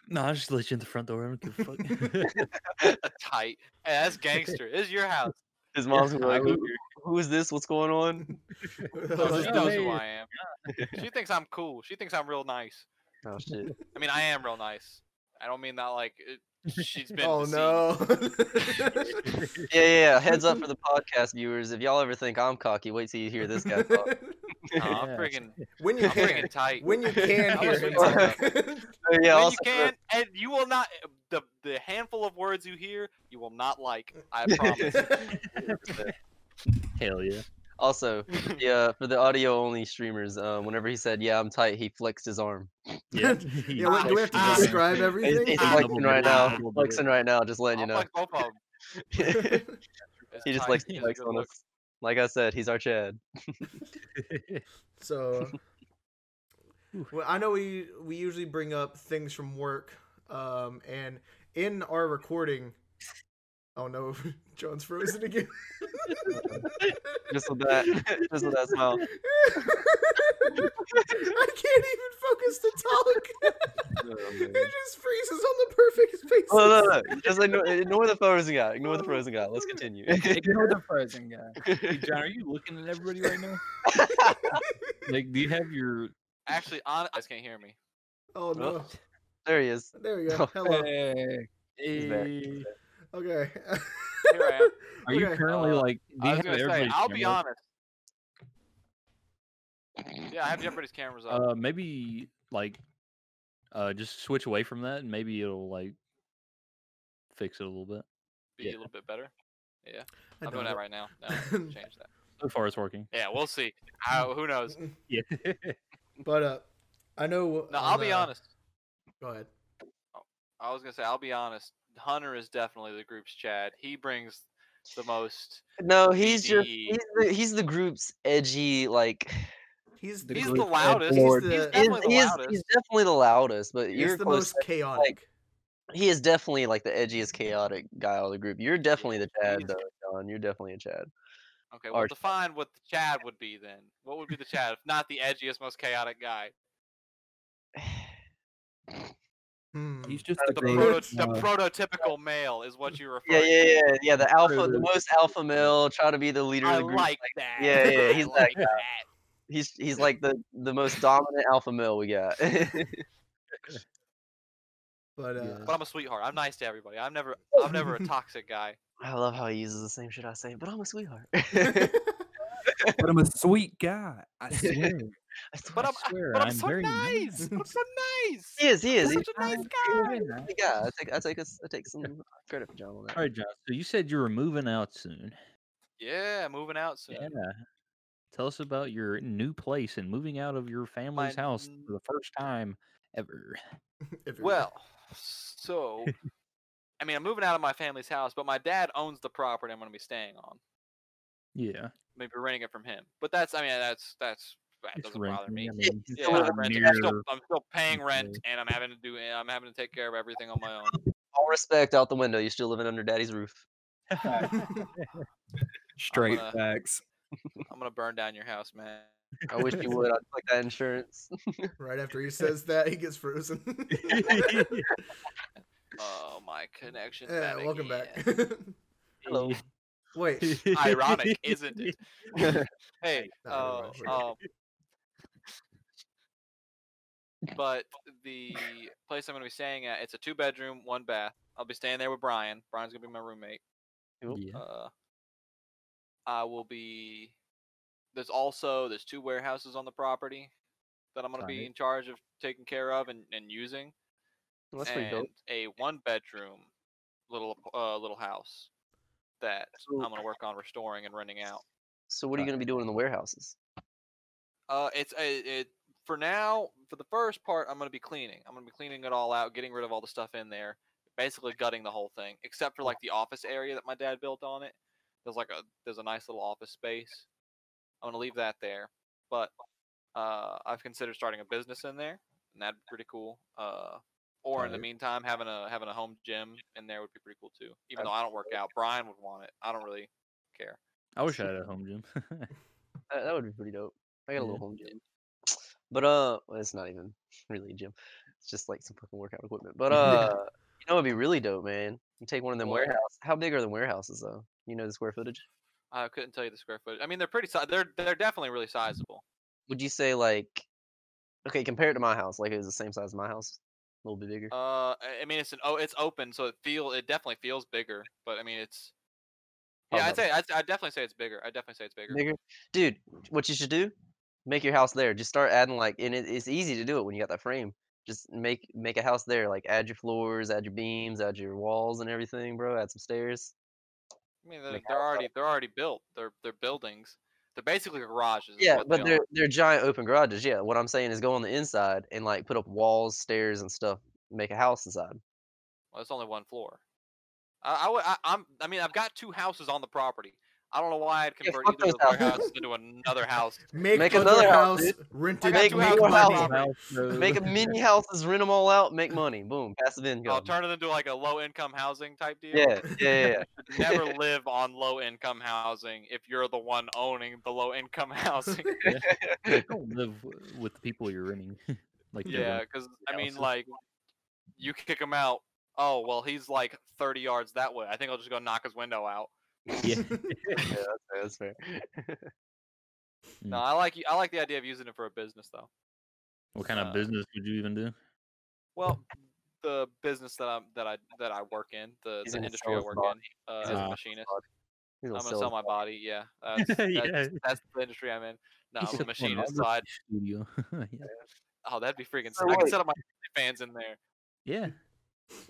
B: no, I'll just let you in the front door. I don't give a fuck.
C: [LAUGHS]
B: [LAUGHS]
A: [LAUGHS]
C: Tight. Hey, that's gangster. This is your house.
D: His mom's gonna be
B: I
D: like,
B: would-
D: who, who is this? What's going on?
A: How's
C: Oh,
A: this [LAUGHS]
B: yeah,
C: she
A: doing?
C: knows who
B: man.
C: I am. She thinks I'm cool. She thinks I'm real nice.
D: Oh [LAUGHS] shit.
C: I mean, I am real nice. I don't mean that like it, she's been.
A: [LAUGHS] Oh
C: deceived.
A: no! [LAUGHS]
D: Yeah, yeah, yeah. Heads up for the podcast viewers. If y'all ever think I'm cocky, wait till you hear this guy [LAUGHS] talk.
C: Nah,
A: [LAUGHS]
C: I'm
B: Yeah.
C: freaking.
A: when you
C: I'm
A: can,
C: freaking
A: [LAUGHS]
C: tight.
D: [LAUGHS]
A: when you can
C: [LAUGHS] I
A: hear
C: was
A: him
C: gonna-
A: talk.
D: Oh, yeah,
C: when
D: also,
C: you can, and you will not. The the handful of words you hear, you will not like.
D: [LAUGHS]
C: I promise.
B: Hell [LAUGHS] yeah.
C: [LAUGHS]
D: also, yeah, for the audio only streamers, um, whenever he said, "Yeah, I'm tight," he flexed his arm.
B: Yeah.
A: [LAUGHS] yeah, wait, do we have to
C: Ah.
B: [LAUGHS]
A: describe
D: He's,
A: everything?
D: he's
C: Ah.
D: flexing right now. He's
B: Double
D: flexing right now. Just letting you
C: I'll
D: know.
C: fuck both of
D: [LAUGHS]
C: 'em. It's
D: He just
C: tight. [LAUGHS]
D: likes
C: It's
D: to
C: a
D: flex
C: good
D: on
C: look.
D: us. Like I said, he's our Chad.
B: [LAUGHS]
A: so,
B: Ooh.
A: well, I know we we usually bring up things from work, um, and in our recording, oh no, [LAUGHS] John's frozen again. [LAUGHS]
D: Just with that, just with that
C: [LAUGHS]
D: smile.
A: I can't even focus to talk. it just freezes on the perfect face.
D: Oh, no, no, no. Just ignore, ignore the frozen guy. Ignore the frozen guy. Let's continue. [LAUGHS]
E: Ignore the frozen guy.
B: John, are you looking at everybody right
C: [LAUGHS]
B: now? like, do you have your?
C: Actually, on, I just can't hear
D: [LAUGHS]
C: me.
A: Oh no!
D: there he is.
A: There you
B: [LAUGHS]
A: go. Hello.
E: Hey.
D: He's back.
B: Hey,
A: Okay.
C: Here
A: [LAUGHS]
C: I am.
B: Are you
A: Okay.
B: currently
C: Uh,
B: like? Do
C: I
B: you
C: was
B: have
C: gonna say,
B: everybody's
C: I'll be
B: camera?
C: honest. Yeah, I have Jeopardy's cameras up.
B: Uh, maybe like, uh, just switch away from that, and maybe it'll like fix it a little bit.
C: be
B: yeah.
C: a little bit better. Yeah,
A: I
C: I'm doing
A: don't
C: that
A: know.
C: right now. No, change that.
B: So far, it's working.
C: Yeah, we'll see. How, who knows?
B: Yeah.
A: But uh, I know.
C: No,
A: on
C: I'll be
A: the-
C: honest.
A: Go ahead.
C: I was gonna say, I'll be honest. Hunter is definitely the group's Chad. He brings the most.
D: No, he's just
C: The-
D: he's the, he's the group's edgy like
A: He's
E: The
A: he's
C: He's
A: the,
E: group
C: the
E: and
C: loudest. He's,
E: board.
A: He's the-
D: he's,
C: definitely the
D: he is-
C: loudest.
D: he's definitely the loudest, but you're
A: he's the
D: close
A: most chaotic.
D: He is definitely like the edgiest, chaotic guy of the group. You're definitely the Chad,
C: he's-
D: though, John. You're definitely
C: [SIGHS]
D: a Chad.
C: Okay, well,
D: Or-
C: define what the Chad would be then. What would be the Chad if not the edgiest, most chaotic guy?
A: Hmm.
E: He's just
C: The,
E: a big,
C: proto- the
E: uh,
C: prototypical male is what you refer
D: Yeah, yeah, yeah, yeah. The alpha, the
B: Absolutely.
D: most alpha male, try to be the leader
C: I
D: of the group.
C: like that.
D: yeah, yeah,
C: [LAUGHS] I
D: he's
C: like
D: like
C: that.
D: He's he's like the the most dominant alpha male we got. [LAUGHS]
A: But uh,
C: But I'm a sweetheart. I'm nice to everybody. I'm never, I'm never a toxic guy.
D: I love how he uses the same shit I say, but I'm a sweetheart. [LAUGHS]
E: but I'm a sweet guy. [LAUGHS] I swear.
C: But I'm,
B: [LAUGHS] I swear,
C: but I'm,
B: I'm
C: so
B: very
C: nice. I'm so
D: [LAUGHS]
C: nice.
D: he is, he
C: I'm
D: is. He's
C: such
D: [LAUGHS]
C: a nice
D: a
C: guy.
D: very nice guy. I take I take us I take some credit for John on that.
B: All right, John. So you said you were moving out soon.
C: Yeah, moving out soon.
B: Yeah. Tell us about your new place and moving out of your family's
C: My
B: house
C: n-
B: for the first time ever.
A: [LAUGHS] [LAUGHS] if it-
C: Well, so, I mean, I'm moving out of my family's house, but my dad owns the property I'm going to be staying on.
B: Yeah.
C: Maybe renting it from him. But that's, I mean, that's that's that
B: it's
C: doesn't bother
B: renting,
C: me. [LAUGHS]
B: I mean,
D: It's
C: Yeah,
D: still
B: not
C: I'm, renting. I'm still,
B: near-
C: I'm still paying
B: Yeah.
C: rent, and I'm having to do. and I'm having to take care of everything on my own.
D: All respect out the window. You're still living under daddy's roof.
E: Straight
C: gonna-
E: [LAUGHS] facts.
C: I'm gonna burn down your house, man.
D: I wish
C: [LAUGHS]
D: you would. I'd like that insurance. [LAUGHS]
A: right after he says that, he gets frozen. [LAUGHS]
C: Oh, my connection.
A: yeah, welcome back.
B: Hello.
A: [LAUGHS] Wait.
D: [LAUGHS]
B: [LAUGHS]
C: Ironic, isn't it? Hey,
A: No,
C: uh,
A: we're not.
C: um, but the place I'm going to be staying at, it's a two bedroom, one bath. I'll be staying there with Brian. Brian's going to be my roommate.
B: Yeah.
C: Uh, I will be. There's also there's two warehouses on the property that I'm gonna be
B: Tight.
C: in charge of taking care of and, and using,
D: That's pretty
C: and
D: dope.
C: a one bedroom little ap- uh, little house that
B: So-
C: I'm gonna work on restoring and renting out.
D: So what are you
B: Right.
D: gonna be doing in the warehouses?
C: Uh, it's it, it for now. For the first part, I'm gonna be cleaning. I'm gonna be cleaning it all out, getting rid of all the stuff in there, basically gutting the whole thing, except for like the office area that my dad built on it. There's like a there's a nice little office space. I'm gonna leave that there, but uh, I've considered starting a business in there, and that'd be pretty cool. Uh, or in the
B: Tight.
C: meantime, having a having a home gym in there would be pretty cool too. Even though I don't work out, Brian would want it. I don't really care.
B: I wish I had a home gym. [LAUGHS]
D: That, that would be pretty dope. I got a
B: Yeah.
D: little home gym. [SNIFFS] But uh well, it's not even [LAUGHS] really a gym. It's just like some fucking workout equipment.
C: [LAUGHS]
D: But uh you know it'd be really dope, man. You take one of them
C: What?
D: warehouses. How big are the warehouses though? You know the square footage?
C: I couldn't tell you the square footage. I mean, they're pretty. Si- they're they're definitely really sizable.
D: Would you say like okay, compare it to my house, like it was the same size as my house? A little bit bigger.
C: Uh, I I mean, it's an oh, it's open, so it feel it definitely feels bigger. But I mean, it's yeah, I'd
D: Although-
C: say I'd, I'd definitely say it's bigger. I would definitely say it's bigger.
D: Nigga, Dude, what you should do? Make your house there. Just start adding like, and it, it's easy to do it when you got that frame. Just make make a house there. Like add your floors, add your beams, add your walls and everything, bro. Add some stairs.
C: I mean, they're,
D: Like,
C: they're
D: how-
C: already they're already built. They're they're buildings. They're basically garages. is
D: Yeah,
C: what
D: but
C: they
D: they're
C: are.
D: they're giant open garages. Yeah, what I'm saying is go on the inside and like put up walls, stairs, and stuff. Make a house inside.
C: Well, it's only one floor. I, I would I, I'm I mean I've got two houses on the property. I don't know why I'd
D: Yeah,
C: convert
D: fuck
C: either of
D: those
C: those warehouses
D: houses.
C: into another
D: [LAUGHS]
C: house.
A: Make,
D: Make
A: another
D: another house,
A: house, rent it,
C: got
A: make
C: two houses,
D: one
A: money.
D: house. Make
A: [LAUGHS]
C: [LAUGHS]
D: a mini houses, rent them all out, make money. Boom, passive income.
C: I'll turn it into like a low income housing type deal.
D: yeah,
C: [LAUGHS]
D: yeah, yeah, yeah. [LAUGHS]
C: Never live on low income housing if you're the one owning the low income [LAUGHS] housing.
B: Don't live w- with the people you're renting. [LAUGHS] like they're
C: Yeah,
B: renting.
C: because I mean,
B: houses.
C: like, you kick him out. Oh well, he's like thirty yards that way. I think I'll just go knock his window out.
D: [LAUGHS]
C: [LAUGHS]
D: yeah that's fair. That's fair.
C: No,
B: Mm.
C: I like y- I like the idea of using it for a business though.
B: What kind
C: uh,
B: of business would you even do?
C: Well, the business that I'm that I that I work in, the,
D: He's
C: the
D: gonna
C: industry
D: sell
C: I
D: his
C: work
D: body.
C: in, uh,
B: He's
C: as a
B: gonna
C: machinist.
D: He's
C: I'm
D: gonna
C: gonna
D: sell
C: sell
D: his
C: my body. Yeah, that's,
B: Yeah.
C: that's, that's the industry I'm in. No,
B: He
C: I'm a
B: said
C: machinist. So
B: pornography [LAUGHS]
C: I'd,
B: studio. yeah.
C: oh, that'd be freaking.
D: So
C: sick. I can
D: wait.
C: set up my fans in there.
B: yeah.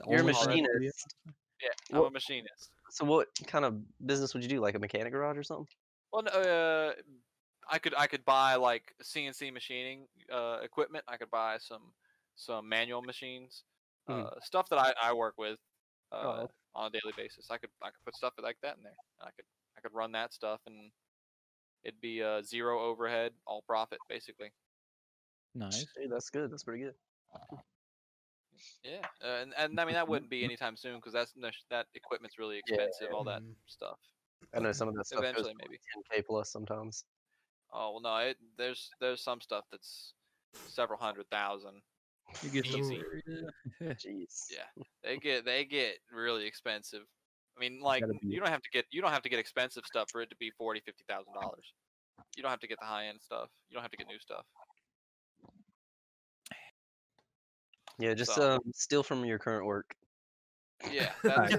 D: You're a
B: All the stuff, yeah.
D: machinist.
C: Yeah, I'm a
D: Well-
C: machinist.
D: So what kind of business would you do? Like a mechanic garage or something?
C: Well, no, uh, I could I could buy like CNC machining uh, equipment. I could buy some some manual machines,
D: Mhm.
C: uh, stuff that I, I work with uh,
D: Oh.
C: on a daily basis. I could I could put stuff like that in there. And I could I could run that stuff and it'd be uh, zero overhead, all profit basically.
B: Nice.
D: Hey, that's good. That's pretty good.
C: Yeah, uh, and and I mean that wouldn't be anytime soon because that's no- that equipment's really expensive, all that
A: Mhm.
C: stuff.
D: I know some of that stuff goes
C: Eventually, maybe.
D: 10k plus sometimes.
C: Oh well, no, it, there's there's some stuff that's several hundred thousand.
B: You get some-
A: Easy.
B: Yeah.
D: Jeez.
C: Yeah. They get they get really expensive. I mean, like
B: gotta be
C: you don't have to get you don't have to get expensive stuff for it to be forty, fifty thousand dollars. You don't have to get the high end stuff. You don't have to get new stuff.
D: Yeah. Just
C: So-
D: um, steal from your current work.
B: [LAUGHS]
C: Yeah, that's,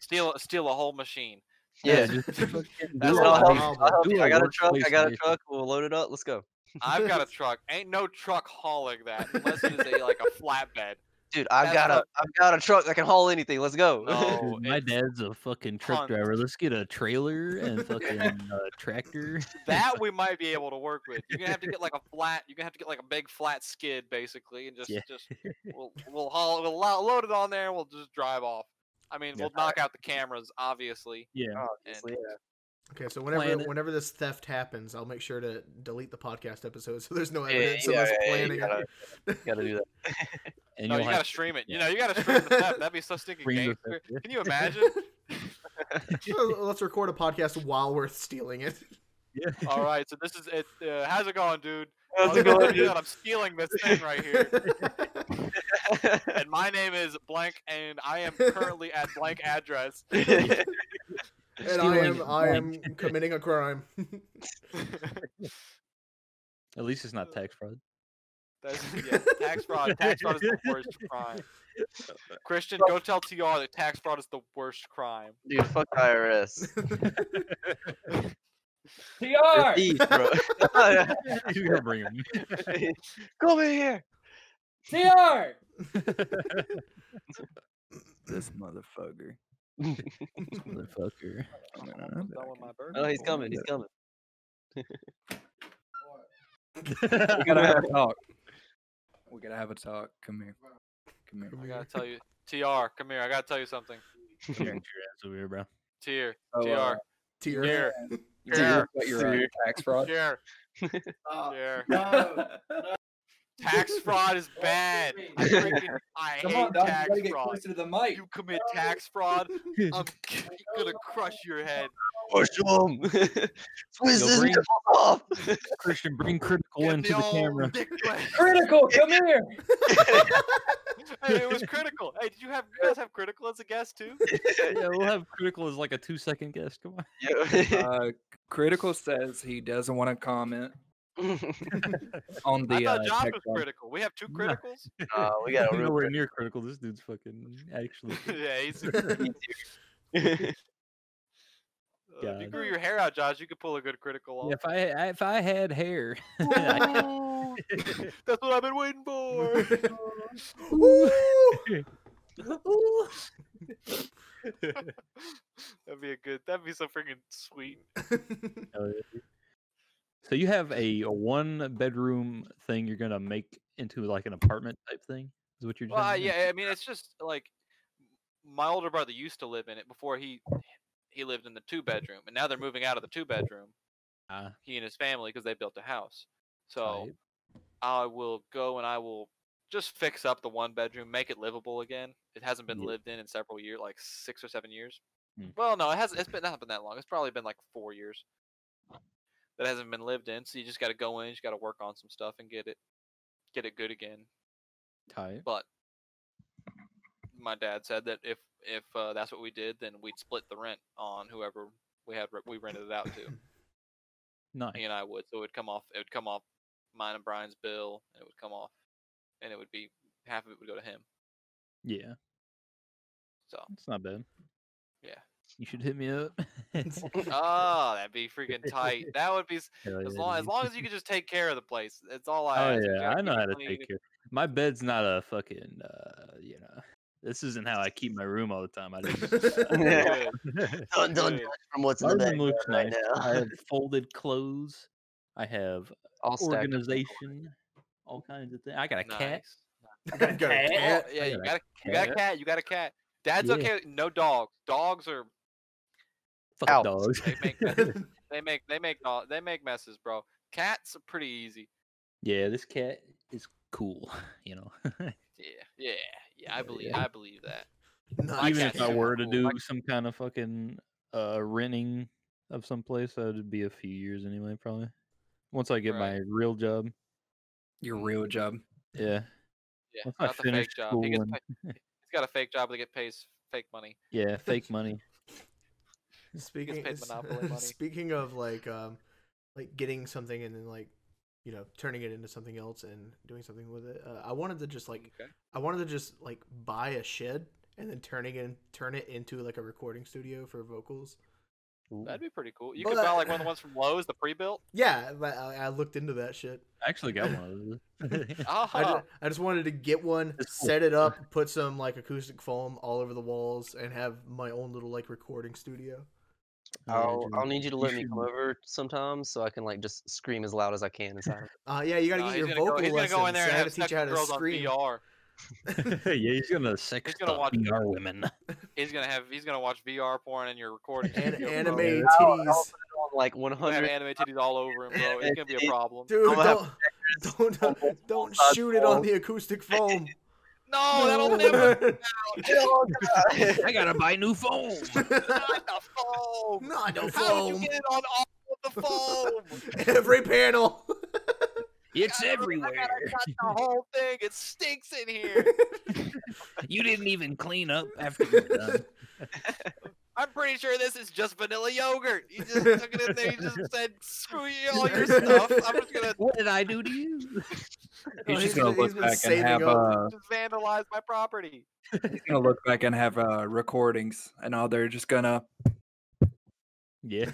C: steal steal a whole machine.
D: Yeah.
B: just fucking
D: That's
B: do it,
D: what I'll
B: like,
D: help
A: Wow,
D: you. I'll help
B: do
D: you.
B: a
D: I got a truck. I
B: workplace
D: got a
B: mission.
D: truck. We'll load it up. Let's go,
C: I've
B: [LAUGHS]
C: got a truck. Ain't no truck hauling that unless it is a like a flatbed.
D: dude. I've
C: That's
D: got a
C: not-
D: I've got a truck that can haul anything. Let's go. [LAUGHS]
C: No.
B: Dude, my
C: it's
B: dad's a fucking truck
C: tons.
B: driver. Let's get a trailer and fucking uh, tractor. [LAUGHS]
C: That we might be able to work with. You're gonna have to get like a flat. You're gonna have to get like a big flat skid basically, and just
B: Yeah. [LAUGHS]
C: just we'll we'll haul we'll lo- load it on there. and We'll just drive off. I mean,
B: Yeah.
C: we'll knock out the cameras obviously.
D: Oh,
B: Yeah.
D: Obviously, yeah.
A: Okay, so whenever
B: Plan it.
A: whenever this theft happens, I'll make sure to delete the podcast episode so there's no
D: Yeah,
A: evidence
D: yeah,
A: of us
D: yeah, yeah, you
A: planning.
D: gotta- Gotta do that.
B: And
C: No,
B: you'll
D: oh,
C: you
B: have
C: gotta
B: to
C: stream it. You
B: yeah.
C: know, you gotta stream the theft. That'd
B: [LAUGHS]
C: be so stinking
B: bring
C: game.
B: the stuff [LAUGHS] with.
C: Can
A: [LAUGHS]
C: you imagine?
D: [LAUGHS]
A: So Let's record a podcast while we're stealing it.
C: All right, so this is it. Uh, how's it going, dude?
D: How's
C: Oh,
D: it
C: yeah,
D: going,
C: dude, I'm stealing
E: [LAUGHS]
C: this thing right here, and
E: [LAUGHS]
C: my name is blank, and I am currently at blank address.
D: dude?
A: [LAUGHS] and I am I am committing a crime.
B: At least it's
D: Uh,
B: not tax
D: [LAUGHS]
B: fraud. [LAUGHS]
C: That's yeah, tax fraud. Tax fraud is the worst crime. Christian, go tell TR that tax fraud is the worst crime.
D: Dude, fuck IRS. They're
E: TR.
D: thieves, bro. [LAUGHS] Oh,
B: [LAUGHS]
D: Yeah.
B: You're gonna bring
D: [LAUGHS]
B: him.
D: Come over here.
A: [LAUGHS]
E: TR.
F: This motherfucker.
B: Motherfucker.
F: I don't know,
C: I'm
F: I'm
C: done
F: back.
C: with my burger.
D: Oh, he's coming. He's coming.
E: We gotta have a talk. We gotta have a talk. Come here. Come here.
C: I gotta tell you, TR, come here. I gotta tell you something.
B: Get your ass over here, bro.
C: Tier,
E: So, uh,
C: TR,
A: Tear.
C: Here.
E: you can
C: Here.
E: look at your, uh,
D: Here.
E: tax fraud.
C: tier,
E: Uh,
G: Oh,
C: tier.
E: [LAUGHS]
G: no.
C: Tax fraud is bad. I freaking, I
E: Come on,
C: hate
E: Don, you
C: tax
E: gotta get
C: fraud.
E: closer to the mic.
C: You commit tax fraud, I'm gonna crush your
B: [LAUGHS]
C: head.
D: Push him. [LAUGHS] Squeeze
B: Yo,
D: this
B: bring-
D: nipple off.
B: Christian, bring critical
C: Give
B: into
C: me
B: the
C: all
B: camera.
C: dick play.
E: Critical, come here.
C: hey, it was critical. Hey, did you have you guys have critical as a guest too?
B: [LAUGHS] yeah, we'll have critical as like a two second guess. Come on.
D: [LAUGHS] Yo.
E: [LAUGHS] Uh, Critical says he doesn't want to comment
D: Uh,
E: on
C: I
E: the uh,
C: thought Josh
E: tax
C: was
E: fraud.
C: critical. We have two
B: No.
C: criticals.
D: Nah, uh, we
B: [LAUGHS]
D: got a real
B: nowhere near critical. This dude's fucking
D: [LAUGHS]
B: actually. [LAUGHS]
C: [LAUGHS] yeah, he's,
D: friend.
C: uh, if you
B: God.
C: grew your hair out, Josh, you could pull a good critical off.
B: Yeah, if
C: [LAUGHS]
B: I I- if I had hair,
C: Ooh,
B: [LAUGHS]
C: That's what I've been waiting for. [LAUGHS] that'd be a good. That'd be so freaking sweet.
B: so you have a, a one bedroom thing you're gonna make into like an apartment type thing. Is what you're
C: Well, I-
B: trying to do?
C: yeah,
B: [LAUGHS]
C: I mean, it's just like my older brother used to live in it before he he lived in the two bedroom, and now they're moving out of the two bedroom.
B: Ah,
C: He and his family because they built a house. So
B: right.
C: I will go and I will just fix up the one bedroom, make it livable again. It hasn't been
B: Yeah.
C: lived in in several years, like six or seven years.
B: Mm.
C: Well, no, it hasn't. It's been not been that long. It's probably been like four years that hasn't been lived in. So you just got to go in, you just got to work on some stuff and get it, get it good again.
B: Tight.
C: But my dad said that if if uh, that's what we did, then we'd split the rent on whoever we had re- we rented it out to.
B: [LAUGHS] Nice.
C: he and I would. So it would come off. It would come off mine and Brian's bill, and it would come off, and it would be half of it would go to him.
B: Yeah, [LAUGHS]
C: So
B: it's not bad.
C: Yeah.
B: You should hit me
C: [LAUGHS]
B: up. [LAUGHS]
C: oh, that'd be freaking tight. That would
B: [LAUGHS]
C: be s-
B: Hell
C: as
B: yeah,
C: long as
B: dude.
C: long as you could just take care of the place. That's all I.
B: Oh
C: ask. You
B: yeah,
C: gotta
B: I know
C: keep it
B: how to
C: clean.
B: take care. My bed's not a fucking, uh, you know. This isn't how I keep my room all the time. I just [LAUGHS]
C: [LAUGHS]
D: Yeah.
C: Good,
D: [LAUGHS] Don't, don't
C: good.
D: judge from what's in
B: my room
D: the background
B: looks
D: right
B: nice. I
D: [LAUGHS] now.
B: have folded clothes. I have
D: All stacked up.
B: organization, all kinds of things. I got a cat.
C: Nice.
A: Got a cat.
C: Oh, yeah,
B: I
C: you
B: got a
C: got a you got a cat. You got a cat. Dad's
B: Yeah.
C: okay. with- No dogs. Dogs are
B: Fuck
D: Ouch.
B: dogs.
C: they make messes. they make they make no- they make messes, bro. Cats are pretty easy.
B: [LAUGHS] yeah, this cat is cool. [LAUGHS] You know,
C: Yeah, yeah, yeah. I believe
B: yeah.
C: I believe that.
A: [LAUGHS] Nice.
C: My
B: even
C: cat's
B: if I
C: super
B: were to
C: cool. My-
B: do some kind of fucking uh renting of some place, that would be a few years anyway, probably. Once I get
C: Right.
B: my real job,
E: Your real job.
B: yeah.
C: Yeah,
B: Once I
C: not the fake
B: finish
C: job. He gets
B: school
C: pa- he's got a fake job that get pays fake money.
B: Yeah, fake money.
A: Speaking
C: paid
A: s- [LAUGHS]
C: Monopoly money.
A: speaking of like um like getting something and then like you know turning it into something else and doing something with it. Uh, I wanted to just like
C: Okay.
A: I wanted to just like buy a shed and then turning it turn it into like a recording studio for vocals.
C: That'd be pretty cool. You
A: But-
C: could buy like one of the ones from Lowe's, the pre-built.
B: [LAUGHS]
A: Yeah, but I, I looked into that shit.
B: I actually got one of those. [LAUGHS]
A: I, ju-
C: Ah,
A: I just wanted to get one,
B: It's cool.
A: set it up, put some like acoustic foam all over the walls, and have my own little like recording studio.
D: I'll, Oh, I'll need you to
B: You
D: let me come
B: should-
D: over sometimes so I can like just scream as loud as I can [LAUGHS] inside.
A: Uh, yeah, you gotta
C: no,
A: get
C: he's
A: your
C: gonna
A: vocal
C: go, he's gonna
A: lessons.
C: go in there and
A: I
C: have
A: gotta teach
C: sex
A: you how
C: with
A: to
C: girls
A: scream.
C: on
B: [LAUGHS] yeah, he's gonna sex
C: gonna
B: the
C: watch-
B: PR women.
C: VR. He's gonna have he's gonna watch VR porn and your recording.
A: [LAUGHS] [LAUGHS] And
C: [LAUGHS] studio, bro.
A: anime
B: yeah.
A: titties,
D: I'll- I'll put it on, like
C: He's gonna have
D: 100.
C: anime titties all over him, bro. It's gonna be a problem.
A: dude.
D: I'll
A: Don't
D: have
A: [LAUGHS] don't
D: on
A: don't,
D: both sides
A: shoot it on
D: walls.
A: the
C: [LAUGHS]
A: acoustic foam.
C: No, Oh,
A: [LAUGHS]
C: that'll never.
D: [LAUGHS] Oh, God.
B: I gotta buy new phone.
C: Not the foam.
A: Not the
C: How would you
A: foam.
C: get it on all of the foam?
A: [LAUGHS] Every panel.
B: It's [LAUGHS]
C: God, I
B: everywhere.
C: gotta cut the whole thing. It stinks in here.
B: You didn't even clean up after you're done.
C: I'm pretty sure this is just vanilla yogurt. You just took it in there. You just said, "Screw you, all your stuff." I'm just gonna
B: [LAUGHS] What did I do to you?
A: No,
E: He's
A: he's
E: just gonna
A: been- he's
E: look
A: been
E: back and
A: saving
E: have
A: up.
E: uh,
C: just vandalize my property.
E: he's gonna look back and have uh, recordings and all. They're just gonna.
B: yeah.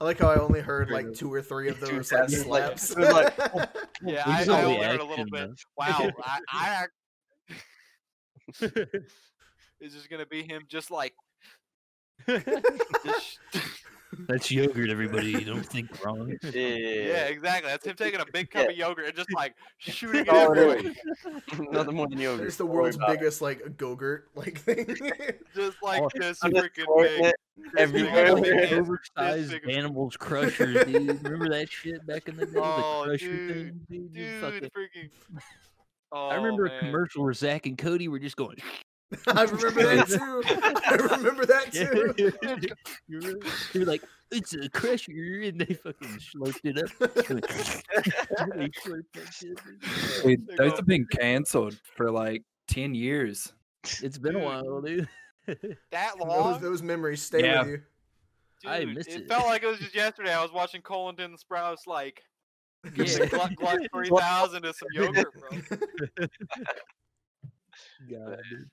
A: I like how I only heard like two or three of
D: Two
A: those like,
D: taps, like-
A: slaps.
D: like-
A: [LAUGHS]
C: Yeah,
B: We
C: I,
B: saw
C: I
B: the
C: only heard a little
B: action,
C: bit.
B: though. [LAUGHS]
C: Wow, I, I ac- it's just gonna be him, just like
A: [LAUGHS]
C: just sh- [LAUGHS]
B: That's yogurt, everybody. You don't think wrong.
D: Yeah,
C: yeah,
D: [LAUGHS] yeah,
C: exactly. That's him taking a big cup
D: Yeah.
C: of yogurt and just like shooting it
B: [LAUGHS]
D: Oh,
C: everywhere.
D: really? nothing more than yogurt.
A: It's the
D: Don't worry
A: world's
D: about it.
A: biggest like go-gurt like thing. [LAUGHS]
C: just like
B: Oh,
C: this
D: I'm just
C: freaking
D: squirting
C: big.
D: it everywhere.
C: Big
B: Like
C: ass-
B: oversized
C: big-
B: animals crushers, dude. Remember that shit back in the day? The
C: Oh,
B: crusher
C: dude,
B: thing, dude. You
C: Dude,
B: fucking-
C: freaking. Oh,
B: I remember
C: man.
B: a commercial where Zach and Cody were just going.
A: I remember that too. [LAUGHS] I remember that
B: [LAUGHS] Yeah.
A: too.
B: You remember? [LAUGHS] they were like, it's a crusher, and they fucking slurped it up. [LAUGHS] They slurped that shit, dude.
E: Dude,
C: They're
E: those
C: gonna-
E: have been canceled for like ten years.
B: It's been a
C: Dude.
B: while, dude.
C: [LAUGHS] that long.
A: Those, those memories stay
E: Yeah.
A: with you.
B: I
C: Dude,
B: miss it.
C: felt like it was just yesterday. I was watching Colington Sprouts like
A: [LAUGHS]
B: Yeah.
C: yeah. Gluck Gluck 3000 to some yogurt, bro.
B: God, dude.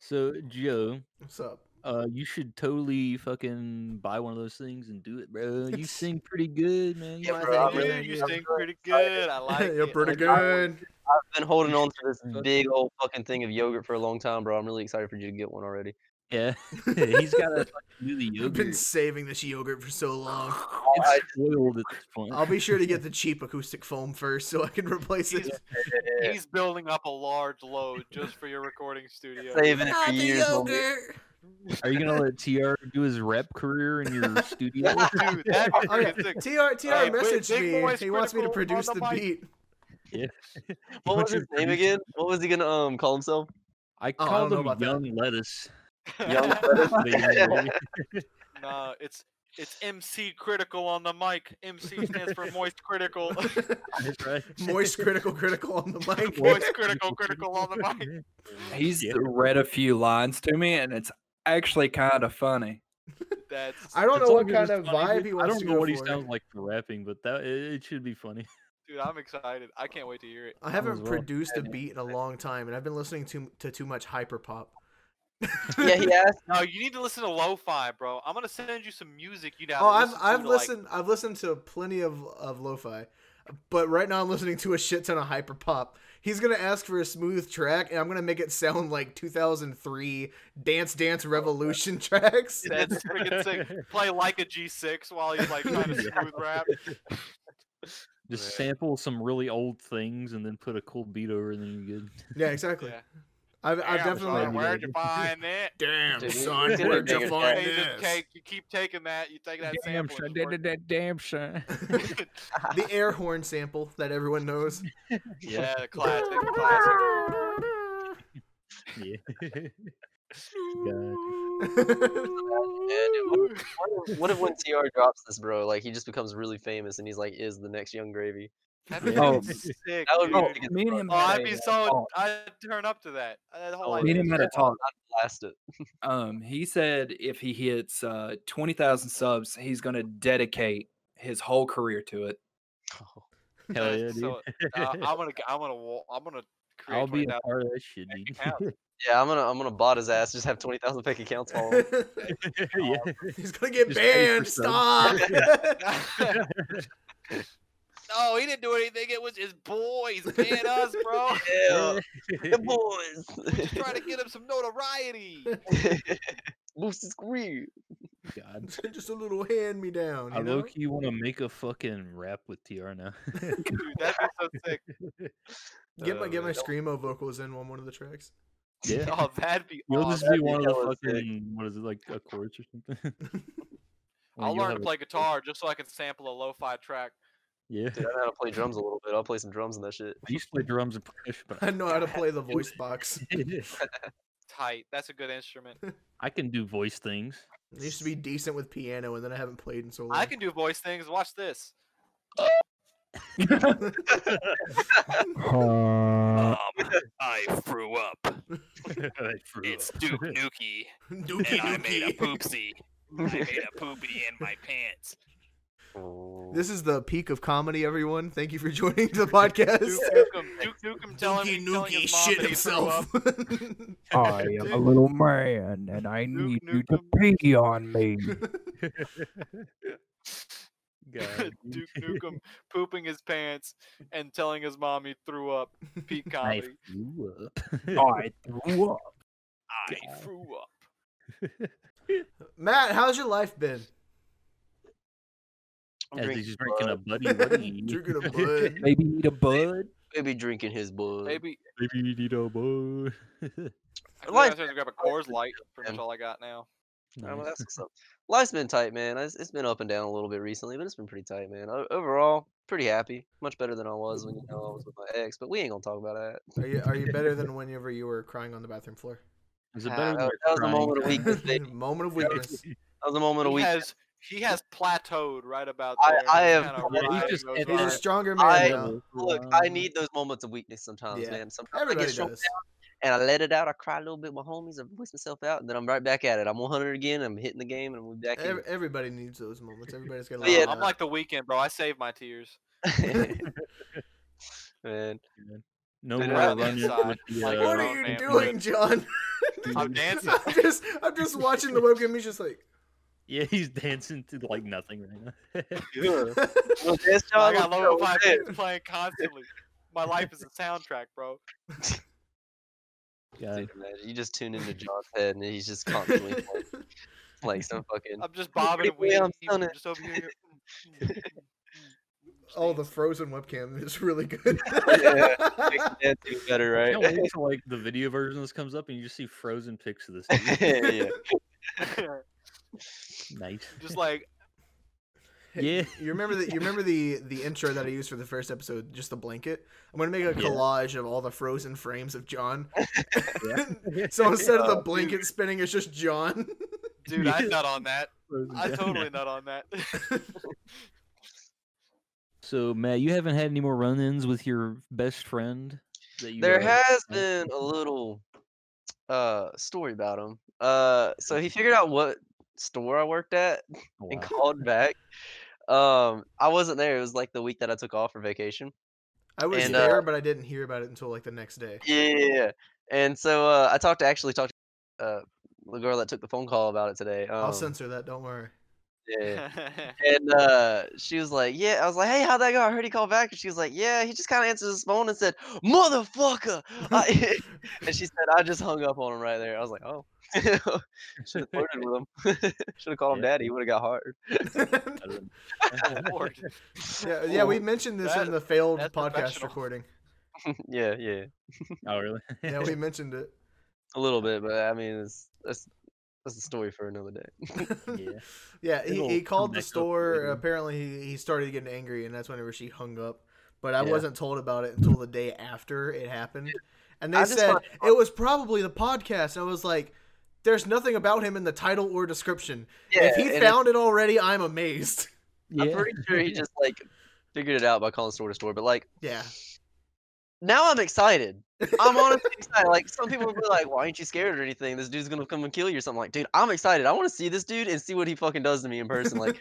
B: So Joe,
A: What's up?
B: uh, you should totally fucking buy one of those things and do it, bro. You sing pretty good, man. You
D: Yeah,
B: might
D: bro,
B: think
D: I'm
B: you're
D: really
C: Dude, you
D: good.
C: sing pretty
A: [LAUGHS]
C: good. I like
A: You're
C: it.
A: pretty
C: Like, I-
A: good. [LAUGHS]
B: [LAUGHS]
D: I've been holding on to this
B: Mm.
D: big old fucking thing of yogurt for a long time, bro. I'm really excited for you to get one already.
B: Yeah, [LAUGHS] he's got to do
A: [LAUGHS]
B: the
A: I've been
B: yogurt.
A: saving this yogurt for so long.
D: I-
B: It's spoiled at this point.
A: I'll be sure to
B: [LAUGHS]
A: get the cheap acoustic foam first so I can [LAUGHS] replace it.
D: Yeah.
C: He's building up a large load just for your recording studio.
D: Saving
A: Ah,
D: it for years. homie.
B: Are you gonna let Tr do his rep career
A: [LAUGHS]
B: in your studio?
C: [LAUGHS] Dude, that'd be
A: Oh, yeah.
C: freaking sick.
A: TR, TR
C: Hey, but
A: messaged
C: Big
A: me.
C: Boy's
A: He wants me to
C: critical on
A: produce the,
C: the mic.
A: beat.
C: [LAUGHS]
D: What was his name again? What was he gonna um call himself?
B: I
A: Oh, I don't
B: called
A: know
B: him
A: about that.
B: Young Lettuce.
C: [LAUGHS]
B: [LAUGHS]
C: nah, it's it's MC critical on the mic. MC stands for moist critical. [LAUGHS]
B: That's [LAUGHS] right.
A: Moist critical critical on the mic.
C: moist
A: [LAUGHS]
C: critical critical on the mic.
E: He's
B: Yeah.
E: read a few lines to me, and it's actually kind of funny.
C: That's
A: I don't
B: It's
A: know
B: all
A: what
B: good,
A: kind
B: it's
A: of
B: funny,
A: vibe
B: dude.
A: he wants
B: I don't
A: to
B: know
A: go
B: what he
A: for.
B: sounds like for rapping, but that it, it should be
A: [LAUGHS]
B: funny.
C: dude. I'm excited. I can't wait to hear it.
A: I haven't
B: well.
A: produced a beat in a long time, and I've been listening to to too much hyper pop.
D: Yeah, he asked.
C: No, you need to listen to lo-fi, bro. I'm gonna send you some music. You down?
A: Oh, I've I've
C: [LAUGHS]
A: listened I've listened to plenty of of lo-fi, but right now I'm listening to a shit ton of hyper pop. He's gonna ask for a smooth track, and I'm gonna make it sound like 2003 Dance Dance
C: Oh,
A: Revolution [LAUGHS] tracks.
C: That's freaking sick.
A: [LAUGHS]
C: Play like a G6 while he's like trying to
B: Yeah.
C: smooth rap.
B: Just
C: Yeah.
B: sample some really old things and then put a cool beat over, and then you're good.
A: Yeah, exactly.
C: Yeah.
A: I've, I've
C: Damn,
A: definitely.
C: son,
A: [LAUGHS]
C: where'd you find it?
A: Damn,
D: Dude,
A: son,
D: it's in a
A: where'd you
D: bigger
A: find
C: Yeah, you, just
A: this?
C: take, you keep taking that. You take that sample. and just work
E: that damn son.
C: it.
A: [LAUGHS]
C: [LAUGHS]
A: The air horn sample that everyone knows.
C: [LAUGHS] yeah, [LAUGHS] the [LAUGHS] classic,
A: [LAUGHS]
C: the classic.
B: [LAUGHS] Yeah. God.
D: Yeah, dude, what, if- what if, what if when Tr drops this, bro? Like he just becomes really famous, and he's like, is the next Young Gravy?
C: That'd be
E: Oh,
C: freaking sick.
D: that would be
E: Oh,
C: dude.
E: me and him.
C: Oh, I'd
E: had a,
C: be
E: uh,
C: so.
E: talk.
C: I'd turn up to that. That whole
D: Oh,
E: Me and
C: idea.
E: him had a talk.
D: I'd blast it.
E: Um, he said if he hits uh twenty thousand subs, he's gonna dedicate his whole career to it.
B: Hell
C: That's
B: yeah, dude.
C: so- uh, I'm gonna. g- I'm gonna. wa- I'm [LAUGHS] gonna create
B: I'll be a
C: 20,000
B: part of that shit, dude.
C: bank
B: [LAUGHS]
C: accounts.
D: Yeah, I'm gonna I'm gonna bot his ass. Just have twenty thousand fake
A: [LAUGHS]
D: accounts following.
B: yeah. [LAUGHS]
A: He's gonna get
B: Just pay for
A: banned.
B: some.
A: Stop.
B: [LAUGHS]
C: [LAUGHS] no, he didn't do anything. It was his boys paying us, [LAUGHS] bro.
D: Yeah,
C: [LAUGHS]
D: the boys.
C: Trying to get him some notoriety.
D: [LAUGHS] Boost his career.
B: God.
A: [LAUGHS] Just a little hand me down.
B: I
A: You know?
B: look you want to make a fucking rap with TR
A: [LAUGHS]
B: now. [LAUGHS]
C: Dude, that'd be so sick.
A: Get my
D: Oh,
A: get my
D: man.
A: screamo vocals in on one of the tracks. [LAUGHS]
B: yeah.
C: Oh, that'd be
B: You'll
C: awesome.
B: just be
D: that'd be
B: one of the
D: hella sick.
B: fucking what is it like a chorus or something? [LAUGHS] Or
C: I'll
B: you'll
C: learn
B: have
C: to
B: a-
C: play guitar just so I can sample a lo-fi track.
B: Yeah.
D: [LAUGHS] Dude, I know how to play drums a little bit. I'll play some drums and that shit.
B: I used to play drums and percussion, but
A: I know how to play the voice box.
C: Tight. That's a good instrument.
B: [LAUGHS] I can do voice things. [LAUGHS]
A: I used to be decent with piano, and then I haven't played in so long.
C: I can do voice things. Watch this.
B: [LAUGHS] Oh
C: Um, [LAUGHS]
G: I threw up.
B: I threw
G: It's
B: up. [LAUGHS]
G: Duke Nukem,
A: [LAUGHS] Dookie
G: and I made a
A: dookie.
G: poopsie. I
F: [LAUGHS]
G: made a poopy in my pants.
A: [LAUGHS]
D: Oh.
A: This is the peak of comedy, everyone. Thank you for [LAUGHS]
C: [LAUGHS]
A: joining the podcast. [LAUGHS]
C: Duke Nukem, Duke Nukem telling,
A: Dookie
C: me, telling his mom that he threw
A: [LAUGHS]
C: up.
F: I am a little man, and I need
C: Duke
F: you to pee on me.
C: [LAUGHS]
B: [LAUGHS] God.
C: [LAUGHS] Duke Nukem pooping his pants and telling his mom he threw up.
B: [LAUGHS]
C: Peak
B: I
C: comedy.
B: threw up. [LAUGHS]
F: I threw up.
C: I
B: God.
D: [LAUGHS]
C: threw up.
A: [LAUGHS] Matt, how's your life been?
D: I'm
B: As
D: drinking
B: he's drinking a
D: bud.
B: buddy buddy.
A: Drinking
B: [LAUGHS]
A: a bud.
F: Maybe need a bud.
D: Maybe drinking his bud.
C: Maybe
B: Maybe you need a [LAUGHS] bud.
C: I could go
D: Life-
C: downstairs and grab a Coors Light. Pretty much
D: Man.
C: all I got now.
D: I don't know,
B: Nice.
D: that's what's up. Life's been tight, man. It's, it's been up and down a little bit recently, but it's been pretty tight, man. O- Overall, pretty happy. Much better than I was when you know I was with my ex. But we ain't gonna talk about that.
A: Are you are you better than whenever you were crying on the bathroom floor?
B: Is it
D: Ah,
B: better than
D: that, was- that was the
B: crying? [LAUGHS]
D: moment
A: [LAUGHS]
D: of weakness. baby.
A: Moment of weakness.
D: That was the moment of
C: He
D: weakness. [LAUGHS]
C: has he has plateaued right about
D: I-
C: there.
D: I
C: He's
D: have-
C: kinda
B: Yeah, he's
C: riding
B: just
C: those
A: He's
B: at
A: a
B: that-
C: lines.
A: stronger man
D: I-
A: now.
D: Look, I
B: Um,
D: need those moments of weakness sometimes,
A: yeah.
D: man. Sometimes I
A: Everybody
D: get strung
A: does.
D: and I let it out. I cry a little bit with homies. I voice myself out, and then I'm right back at it. I'm 100 again. I'm hitting the game, and I'm back
A: Ev-
D: in.
A: everybody needs those moments. Everybody's got.
C: [LAUGHS]
D: But yeah,
C: Uh, I'm like the weekend, bro. I save my tears. [LAUGHS]
D: [LAUGHS] [LAUGHS] man,
B: No more
D: I know. Right
B: running [LAUGHS]
C: inside,
B: with the,
C: like,
A: what
B: uh,
A: are
C: grown
A: you
C: man
A: doing,
C: would.
A: John?
D: [LAUGHS]
C: [LAUGHS] I'm dancing.
A: [LAUGHS] I'm just, I'm just watching the webcam. He's just like,
B: Yeah, he's dancing to like nothing right now. [LAUGHS]
D: Well, that's
C: I
D: John,
C: got
D: let's
C: low
D: go,
C: fi
D: let's
C: kids playing constantly. My life is a soundtrack, bro.
D: go.
B: God.
D: Dude, man, you just tune into John's head, and he's just constantly
A: [LAUGHS]
D: like, like some fucking. [LAUGHS]
C: I'm [LAUGHS] just bobbing and
D: Baby, I'm
C: weaving. I'm
D: stunning.
C: just over here.
A: oh, the frozen webcam is really
D: [LAUGHS]
A: good.
D: Makes the dance even better,
B: I can't
D: right? [LAUGHS]
B: wait till like the video version of this comes up and you just see frozen pics of this dude.
D: [LAUGHS]
B: [LAUGHS]
D: yeah. [LAUGHS]
B: nice.
C: [LAUGHS] just like
B: Yeah.
A: [LAUGHS] You remember the you remember the the intro that I used for the first episode, just the blanket. I'm gonna make a
B: Yeah.
A: collage of all the frozen frames of
D: [LAUGHS]
A: John.
B: Yeah.
A: so instead of
D: Oh,
A: the
D: dude.
A: blanket spinning, it's just John. [LAUGHS]
C: Dude, I nut on [LAUGHS] that.
B: Frozen
C: I
B: down
C: totally
B: there.
C: nut on that.
B: [LAUGHS] So Matt, you haven't had any more run-ins with your best friend that you
D: There
B: uh,
D: has
B: uh,
D: been a little uh story about him. Uh, so he figured out what store I worked at and
B: wow.
D: called back. Um, I wasn't there. It was like the week that I took off for vacation.
A: I was
D: And, uh,
A: there, but I didn't hear about it until like the next day.
D: Yeah, yeah, yeah. And so uh, I talked to actually talked to uh, the girl that took the phone call about it today. Um,
A: I'll censor that. Don't worry.
D: yeah,
C: [LAUGHS]
D: yeah. And uh, she was like, "Yeah." I was like, "Hey, how'd that go?" I heard he called back, and she was like, "Yeah." He just kind of answered his phone and said, "Motherfucker!" [LAUGHS]
A: [LAUGHS]
D: I, [LAUGHS] and she said, "I just hung up on him right there." I was like, "Oh." [LAUGHS] Should have flirted with him. [LAUGHS] Should have called him
B: Yeah.
D: daddy. He would have got hard.
C: Lord,
A: yeah, yeah, we mentioned this in
C: that-
A: the failed
C: that's
A: podcast
C: professional.
A: recording.
D: [LAUGHS] yeah, yeah,
B: [LAUGHS] oh
C: [LAUGHS]
B: really? [LAUGHS]
A: Yeah, we mentioned
D: [LAUGHS]
A: it. [LAUGHS]
D: a little bit, but I mean, it's that's that's a story for another day.
B: Yeah.
A: yeah, he,
B: It'll
A: he
B: come
A: called the
B: back up
A: store.
B: later.
A: Apparently, he, he started getting angry, and that's whenever she hung up. But I
D: Yeah.
A: wasn't told about it until the day after it happened. And they
D: I just
A: said
D: find
A: it was probably the podcast. I was like, there's nothing about him in the title or description. if
D: and
A: he
D: it-
A: found it already, I'm amazed. [LAUGHS]
D: I'm pretty sure he just like figured it out by calling store to store. But like
A: Yeah.
D: now, I'm excited. I'm honestly excited. Like some people will be like, "Why ain't you scared or anything? This dude's gonna come and kill you or something." Like, dude, I'm excited. I want to see this dude and see what he fucking does to me in
C: [LAUGHS]
D: person. Like,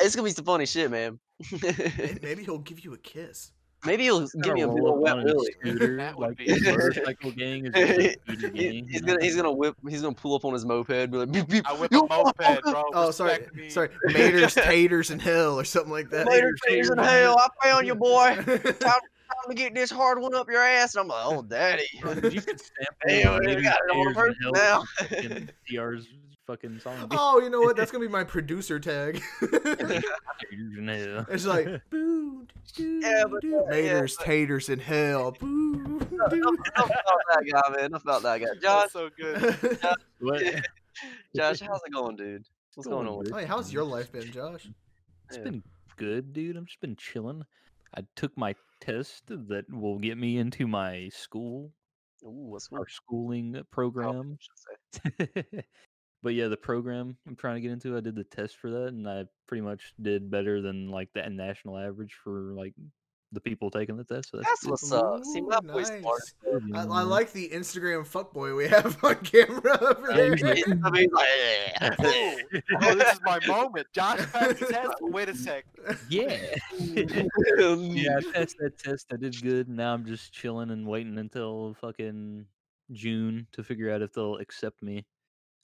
D: it's gonna be some funny shit, man.
A: May- Maybe he'll give you a kiss.
D: [LAUGHS] Maybe he'll give me a big old wet willy.
B: Scooter,
C: That would
B: like
C: [LAUGHS] be-
B: the motorcycle gang
D: [LAUGHS]
B: is just a scooter
D: He-
B: gang.
D: he's gonna he's gonna whip he's gonna pull up on his moped and be like beep, beep,
C: I whip
D: you
C: a moped,
D: motherfucker,
C: bro.
A: Oh, sorry,
C: Respect me.
A: sorry.
C: [LAUGHS]
A: Maters, taters, and hell, or something like that.
D: Later, taters in hell. I found
C: [LAUGHS]
D: you, boy. Time [LAUGHS] to get this hard one up your ass. And I'm like, oh,
C: [LAUGHS]
D: daddy.
B: You could sample
D: Damn,
B: Raiders
D: you got it on
B: Bears
D: the
B: and
D: person
B: Hell fucking
D: now. [LAUGHS]
B: TR's fucking song.
A: [LAUGHS] oh, you know what? That's gonna be my producer tag. [LAUGHS]
D: [LAUGHS]
B: Raiders in Hell.
A: It's
B: [LAUGHS]
A: like boo, doo,
D: Yeah, but,
A: doo.
D: uh, yeah,
A: Maters, taters, and
D: [LAUGHS]
A: hell. Boo, doo.
D: Enough about that guy, man. Enough about that guy.
C: That's
D: Josh,
C: so good.
B: What?
D: Josh, how's it going, dude? What's going on with
A: Hey, how's your life been, Josh?
B: It's
D: Yeah.
B: been good, dude. I've just been chilling. I took my test that will get me into my school,
D: you? Ooh, what's going
B: our
D: Oh.
B: schooling program. [LAUGHS] but yeah, the program I'm trying to get into, I did the test for that, and I pretty much did better than like the national average for like the people taking the test. So that's
D: That's what's up. See, my
A: Ooh,
D: boy's smart. [LAUGHS]
A: nice.
B: pretty,
A: I,
B: you
A: I
B: know.
A: like the Instagram fuckboy we have [LAUGHS] on camera over
B: Yeah,
A: there.
B: he's like-
D: I mean, like,
C: Oh, oh, this is my moment. Josh passed the test. Wait a sec.
B: yeah, [LAUGHS] yeah.
D: yeah.
B: I passed that test. I did good. Now I'm just chilling and waiting until fucking June to figure out if they'll accept me,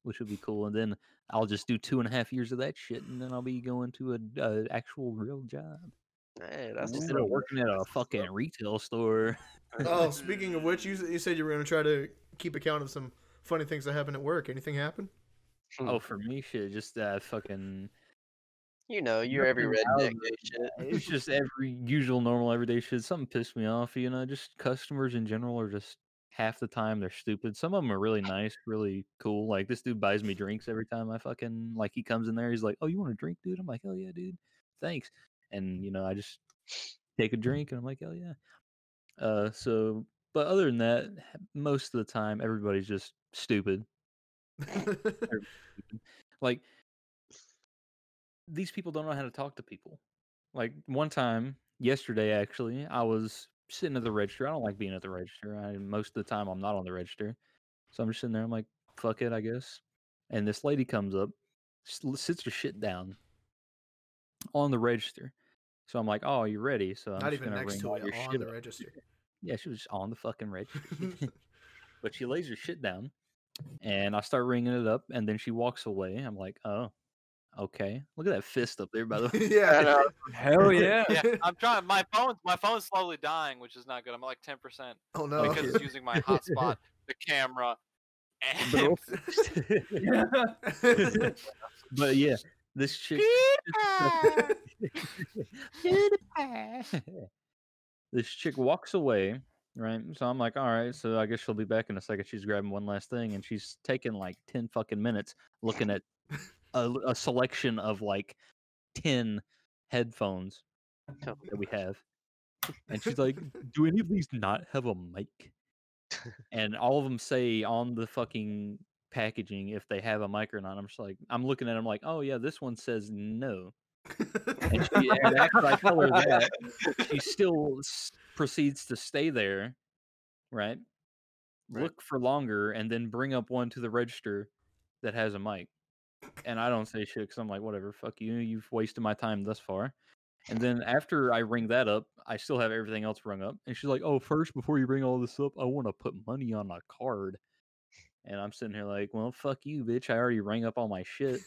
B: which would be cool. And then I'll just do two and a half years of that shit, and then I'll be going to a, a actual real job
D: [LAUGHS] Hey, that's what's
B: instead of
D: up. [LAUGHS]
B: working at a fucking retail store.
A: [LAUGHS] Oh, speaking of which, you, s- you said you were going to try to keep account of some funny things that happened at work. Anything
B: [LAUGHS]
A: happen?
D: Hmm.
B: Oh, for me, shit, just uh, fucking.
D: You know, you're every
B: Nothing out
D: redneck
B: of
D: and shit.
B: It's just every usual, normal, everyday shit. Something pissed me off, you know. Just customers in general are just half the time they're stupid. Some of them are really nice, really cool. Like this dude buys me drinks every time I fucking like he comes in there. He's like, "Oh, you want a drink, dude?" I'm like, "Oh yeah, dude, thanks." And you know, I just take a drink and I'm like, "Oh yeah." Uh, so but other than that, h- most of the time everybody's just stupid. Like these people don't know how to talk to people. Like one time yesterday, actually, I was sitting at the register. I don't like being at the register. I, most of the time, I'm not on the register, so I'm just sitting there. I'm like, "Fuck it," I guess. And this lady comes up, s- l- sits her shit down on the register. So I'm like, "Oh, you ready?" So I'm
A: Not
B: just
A: even
B: gonna
A: next
B: ring
A: to
B: all
A: it
B: your
A: on
B: shit
A: the
B: up. [LAUGHS]
A: register.
B: Yeah, she was just on the fucking register. but she lays her shit down, and I start ringing it up, and then she walks away. I'm like, "Oh, okay." Look at that fist up there, by the way.
A: [LAUGHS] yeah.
C: [LAUGHS]
F: Hell yeah.
C: Yeah, I'm trying. My phone's my phone's slowly dying, which is not good. I'm at like 10 percent
A: Oh no. [LAUGHS]
C: because it's using my hotspot, the camera, [LAUGHS] and
B: But- [LAUGHS] but yeah, this chick. [LAUGHS] this chick walks away, right? So I'm like, all right, so I guess she'll be back in a second. She's grabbing one last thing, and she's taking like ten fucking minutes looking at a, l- a selection of like ten headphones
D: Oh.
B: that we have. [LAUGHS] And
A: [LAUGHS]
B: she's like, "Do any of these not have a mic?" And all of them say on the fucking packaging if they have a mic or not. I'm just like, I'm looking at them like, oh yeah, this one says no. And, she, and after I tell her that, she still s- proceeds to stay there, right? Look for longer and then bring up one to the register that has a mic. And I don't say shit because I'm like, whatever, fuck you. You've wasted my time thus far. And then after I ring that up, I still have everything else rung up. And she's like, oh, first, before you bring all this up, I want to put money on a card. And I'm sitting here like, well, fuck you, bitch. I already rang up all my
C: [LAUGHS]
B: shit.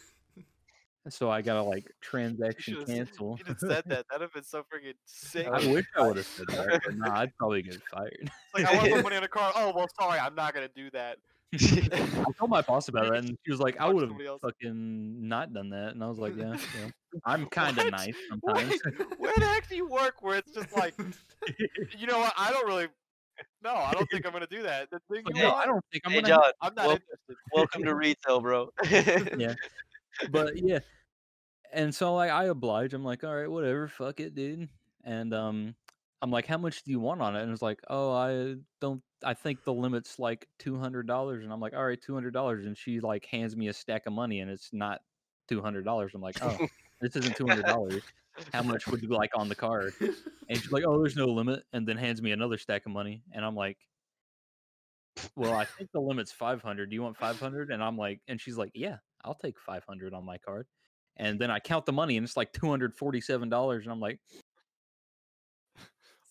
B: So I gotta like transaction
C: should've said-
B: cancel.
C: you just said that. That'd have been so freaking sick.
B: I wish I would have said that, but nah, I'd probably get fired. [LAUGHS]
C: It's like I want to put money in the car. Oh well, sorry, I'm not gonna do that.
B: I told my boss about it, and she was like, "I
C: Fuck
B: would have
C: somebody else.
B: fucking not done that." And I was like, "Yeah, yeah. I'm kind of
C: What?
B: nice
C: Wait,
B: sometimes." [LAUGHS]
C: where the heck do you work where it's just like, you know what? I don't really. No, I don't think I'm gonna do that. The
B: [LAUGHS]
C: thing
B: But
C: you
B: no,
C: are,
B: I don't think I'm
D: Hey,
B: gonna. [LAUGHS]
D: John,
C: I'm not
D: Well-
C: interested.
D: welcome to retail, bro. [LAUGHS]
B: but yeah. And so like I oblige. I'm like, all right, whatever, fuck it, dude. And um I'm like, how much do you want on it? And it's like, oh, I don't I think the limit's like two hundred dollars. And I'm like, all right, two hundred dollars. And she like hands me a stack of money and it's not two hundred dollars. I'm like, oh, this isn't two hundred dollars. How much would you like on the card? And she's like, oh, there's no limit. And then hands me another stack of money. And I'm like, well, I think the limit's 500. Do you want 500? And I'm like, and she's like, yeah, I'll take 500 on my card. And then I count the money and it's like $247. And I'm like,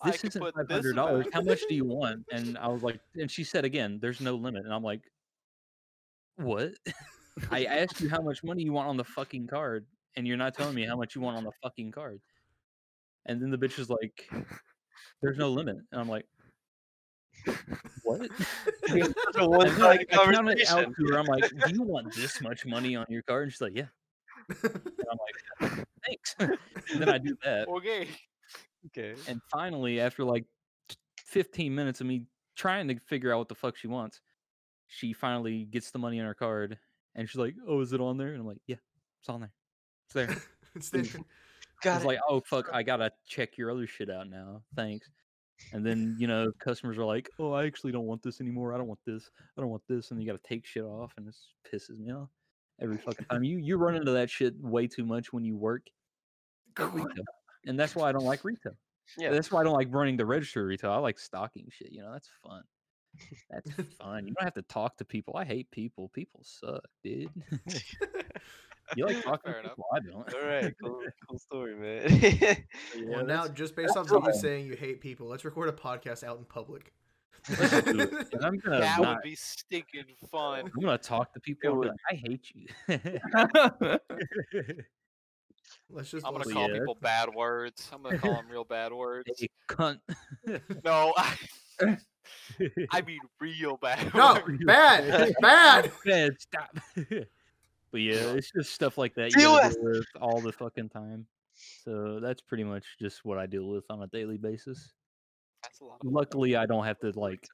C: I
B: this
C: could
B: isn't
C: put this
D: [LAUGHS]
B: $500. How
C: amount-
B: much
C: [LAUGHS]
B: do you want? And I was like, and she said again, there's no limit. And I'm like, what? [LAUGHS] I asked you how much money you want on the fucking card, and you're not telling me how much you want on the fucking card. And then the bitch is like, there's no limit. And I'm like,
C: [LAUGHS]
B: what? [LAUGHS]
D: a one
B: And then I,
D: sided
B: I counted it out
D: conversation.
B: to her. I'm like, do you want
C: [LAUGHS]
B: this much money on your card? And she's like, yeah. And I'm like, thanks. [LAUGHS] and then I do that. [LAUGHS]
C: Okay.
D: Okay.
B: And finally, after like t- 15 minutes of me trying to figure out what the fuck she wants, she finally gets the money on her card and she's like, oh, is it on there? And I'm like, yeah, it's on there. It's there.
A: [LAUGHS] It's different.
D: [LAUGHS] Got
B: it's
D: it.
B: like, oh fuck, I gotta check your other shit out now. Thanks. And then you know, customers are like, oh, I actually don't want this anymore. I don't want this. I don't want this. And you gotta take shit off, and it pisses me off every fucking time. You you run into that shit way too much when you work at retail, and that's why I don't like retail.
D: Yeah.
B: That's why I don't like running the register retail. I like stocking shit. You know, that's fun.
D: [LAUGHS]
B: That's fun. You don't have to talk to people. I hate people. People suck,
D: [LAUGHS]
B: dude. you like talking
C: Fair
B: to
C: enough.
B: people? I don't. [LAUGHS]
D: All right, cool, cool story, man. [LAUGHS]
B: Yeah,
A: well, now
B: that's-
A: just based off of you saying you hate people, let's record a podcast out in public.
B: [LAUGHS] let's do it, 'cause I'm gonna
C: That
B: not,
C: would be stinking fun.
B: I'm gonna talk to people. I'm
D: would.
B: gonna, I hate you.
A: [LAUGHS] Let's just.
C: I'm gonna
A: let's-
C: call
B: yeah.
C: people bad words. I'm gonna call them
B: [LAUGHS]
C: real bad words.
B: you [LAUGHS] cunt.
C: No, I, I mean real bad. [LAUGHS]
B: [LAUGHS]
A: No,
C: words.
A: bad, bad.
B: Yeah, stop. but yeah, it's just stuff like that you
D: Deal
B: gotta deal with all the fucking time. So that's pretty much just what I deal with on a daily basis.
C: That's a lot of
B: Luckily, I don't have to like.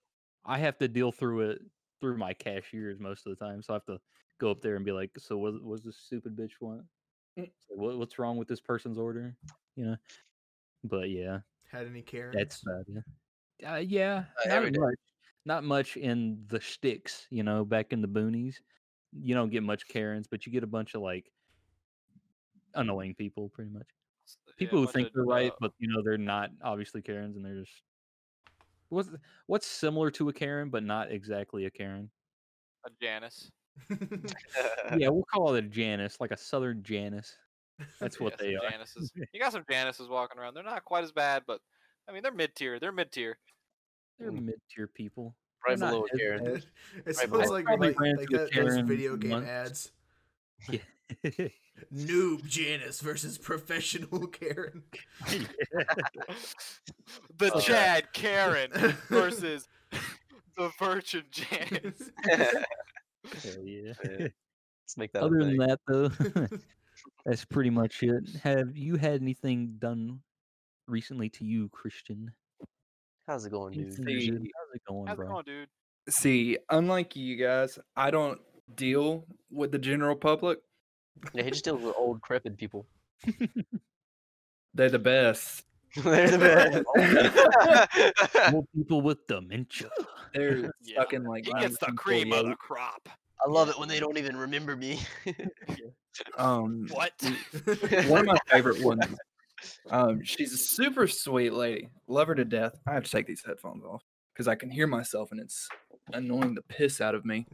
B: I have to deal through it through my cashiers most of the time, so I have to go up there and be like, "So what? What's this stupid bitch want? It's like, what, what's wrong with this person's order? You know." But yeah,
A: Had any care?
B: that's about it. Uh, yeah,
D: Uh,
B: not
D: every day.
B: much. Not much in the sticks, you know. Back in the boonies, you don't get much Karens, but you get a bunch of like annoying people, pretty much.
C: s- yeah,
B: People who
C: bunch
B: think
C: of,
B: they're right,
C: uh,
B: but you know they're not. Obviously, Karens, and they're just what's what's similar to a Karen, but not exactly a Karen.
C: a Janice.
A: [LAUGHS]
D: Uh,
B: yeah, we'll call it a Janice, like a Southern Janice. That's what
C: Yeah,
B: they
C: some
B: are.
C: Janices. You got some Janices walking around. They're not quite as bad, but I mean they're mid tier. They're mid tier.
B: They're
D: Mm.
B: mid tier people. [LAUGHS]
D: right
B: not
D: below it,
B: his
A: [LAUGHS]
D: Karen.
A: it
D: but I
A: sounds like,
B: probably
A: like,
B: ran
A: like
B: through
A: that, those
B: Karen
A: video game
B: once.
A: ads.
B: Yeah.
A: Noob Janice versus professional [LAUGHS]
C: [LAUGHS]
A: Karen.
C: [LAUGHS] The
B: Oh,
D: Okay.
B: [LAUGHS]
C: Chad Karen versus [LAUGHS] the Virgin
B: [LAUGHS]
C: Janice.
B: Hell yeah. [LAUGHS]
D: Yeah. Let's make that.
B: Other
D: a
B: than
D: thing.
B: that, though, [LAUGHS] that's pretty much it. Have you had anything done recently to you, Christian?
D: how's it going, dude?
B: Anything
E: See,
B: good? How's it going,
C: How's it
B: bro?
C: going, dude?
E: See, unlike you guys, I don't deal with the general public.
D: Yeah, he just
B: [LAUGHS]
D: deals with old, crepid people. [LAUGHS]
E: They're the best.
D: They're the
B: [LAUGHS]
D: best.
B: Old people with dementia.
G: [LAUGHS]
E: They're
C: Yeah.
E: stuck in like
G: He gets the
E: 1948.
G: cream of the crop.
D: [LAUGHS] I love it when they don't even remember me.
E: Um,
G: [LAUGHS]
B: Mm,
G: What?
E: [LAUGHS] one of my
G: [LAUGHS]
E: favorite ones. Um, she's a super sweet lady. Love her to death. I have to take these headphones off because I can hear myself and it's annoying the piss out
G: [LAUGHS]
E: of me.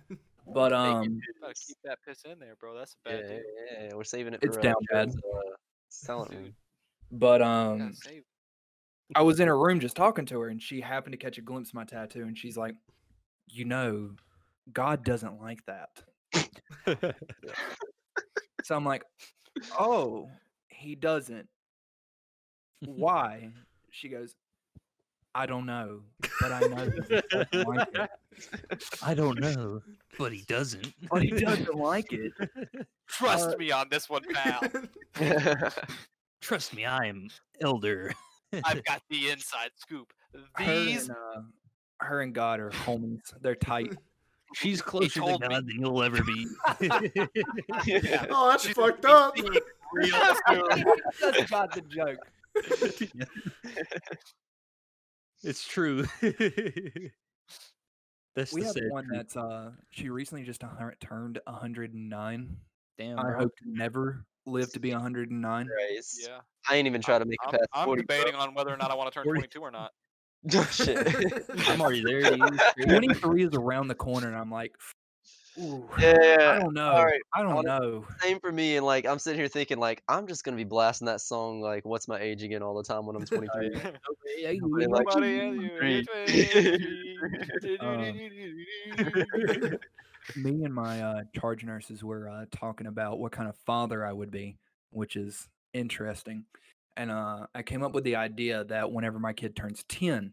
E: But um,
C: [LAUGHS] Gotta keep that piss in there, bro. That's a
D: yeah,
C: bad
D: yeah,
C: deal.
B: Uh,
D: yeah, we're saving it.
E: It's
D: for,
E: down
D: uh,
E: bad.
D: Joe's, Uh, silent
C: Dude.
D: mood.
E: but
C: Gotta
E: um,
C: save it.
E: I was in her room just talking to her, and she happened to catch a glimpse of my tattoo, and she's like, "You know, God doesn't like that." so I'm like, "Oh, he doesn't. Why?" She goes, "I don't know, but I know he doesn't like [LAUGHS] it."
B: I don't know, but he doesn't.
E: but
B: [LAUGHS]
E: he doesn't like it.
C: Trust me on this one, pal.
D: Mm.
B: Trust me, I am elder. [LAUGHS]
C: I've got the inside scoop.
E: Her
C: These
E: and, uh, her and God are homies. They're tight. [LAUGHS]
B: She's closer to
C: told me.
B: God than you'll ever [LAUGHS] be.
A: [LAUGHS]
D: [LAUGHS]
A: oh, that's
C: She's gonna
A: fucked
C: be
A: up. [LAUGHS]
C: singing real soon.
E: Just got the joke.
B: it's true. [LAUGHS] That's
E: We
B: the
E: have
B: sad
E: one
B: truth.
E: that's uh, she recently just a hundred, turned 109.
B: Damn,
E: I
B: bro.
E: hope to never live to be 109.
D: Grace.
C: Yeah,
D: I ain't even trying to make it
C: I'm,
D: past
C: I'm
D: 40, bro.
C: debating on whether or not I want to turn
B: 40.
C: 22 or not.
D: [LAUGHS] Oh,
C: [LAUGHS]
D: shit.
B: [LAUGHS]
D: [LAUGHS]
B: I'm already there. dude. [LAUGHS]
E: 23 is around the corner, and I'm like, Ooh, I
D: yeah.
E: don't know.
D: All right.
E: I don't
D: honest-
E: know.
D: Same for me. And like, I'm sitting here thinking, like, I'm just gonna be blasting that song, like, "What's My Age Again" all the time when
E: [LAUGHS]
D: I'm 23.
E: uh,
C: [LAUGHS]
B: [LAUGHS]
D: Nobody likes
C: Nobody
D: you.
C: has you.
D: Three.
A: [LAUGHS]
E: Uh, Me and my uh, charge nurses were uh, talking about what kind of father I would be, which is interesting. And uh, I came up with the idea that whenever my kid turns 10,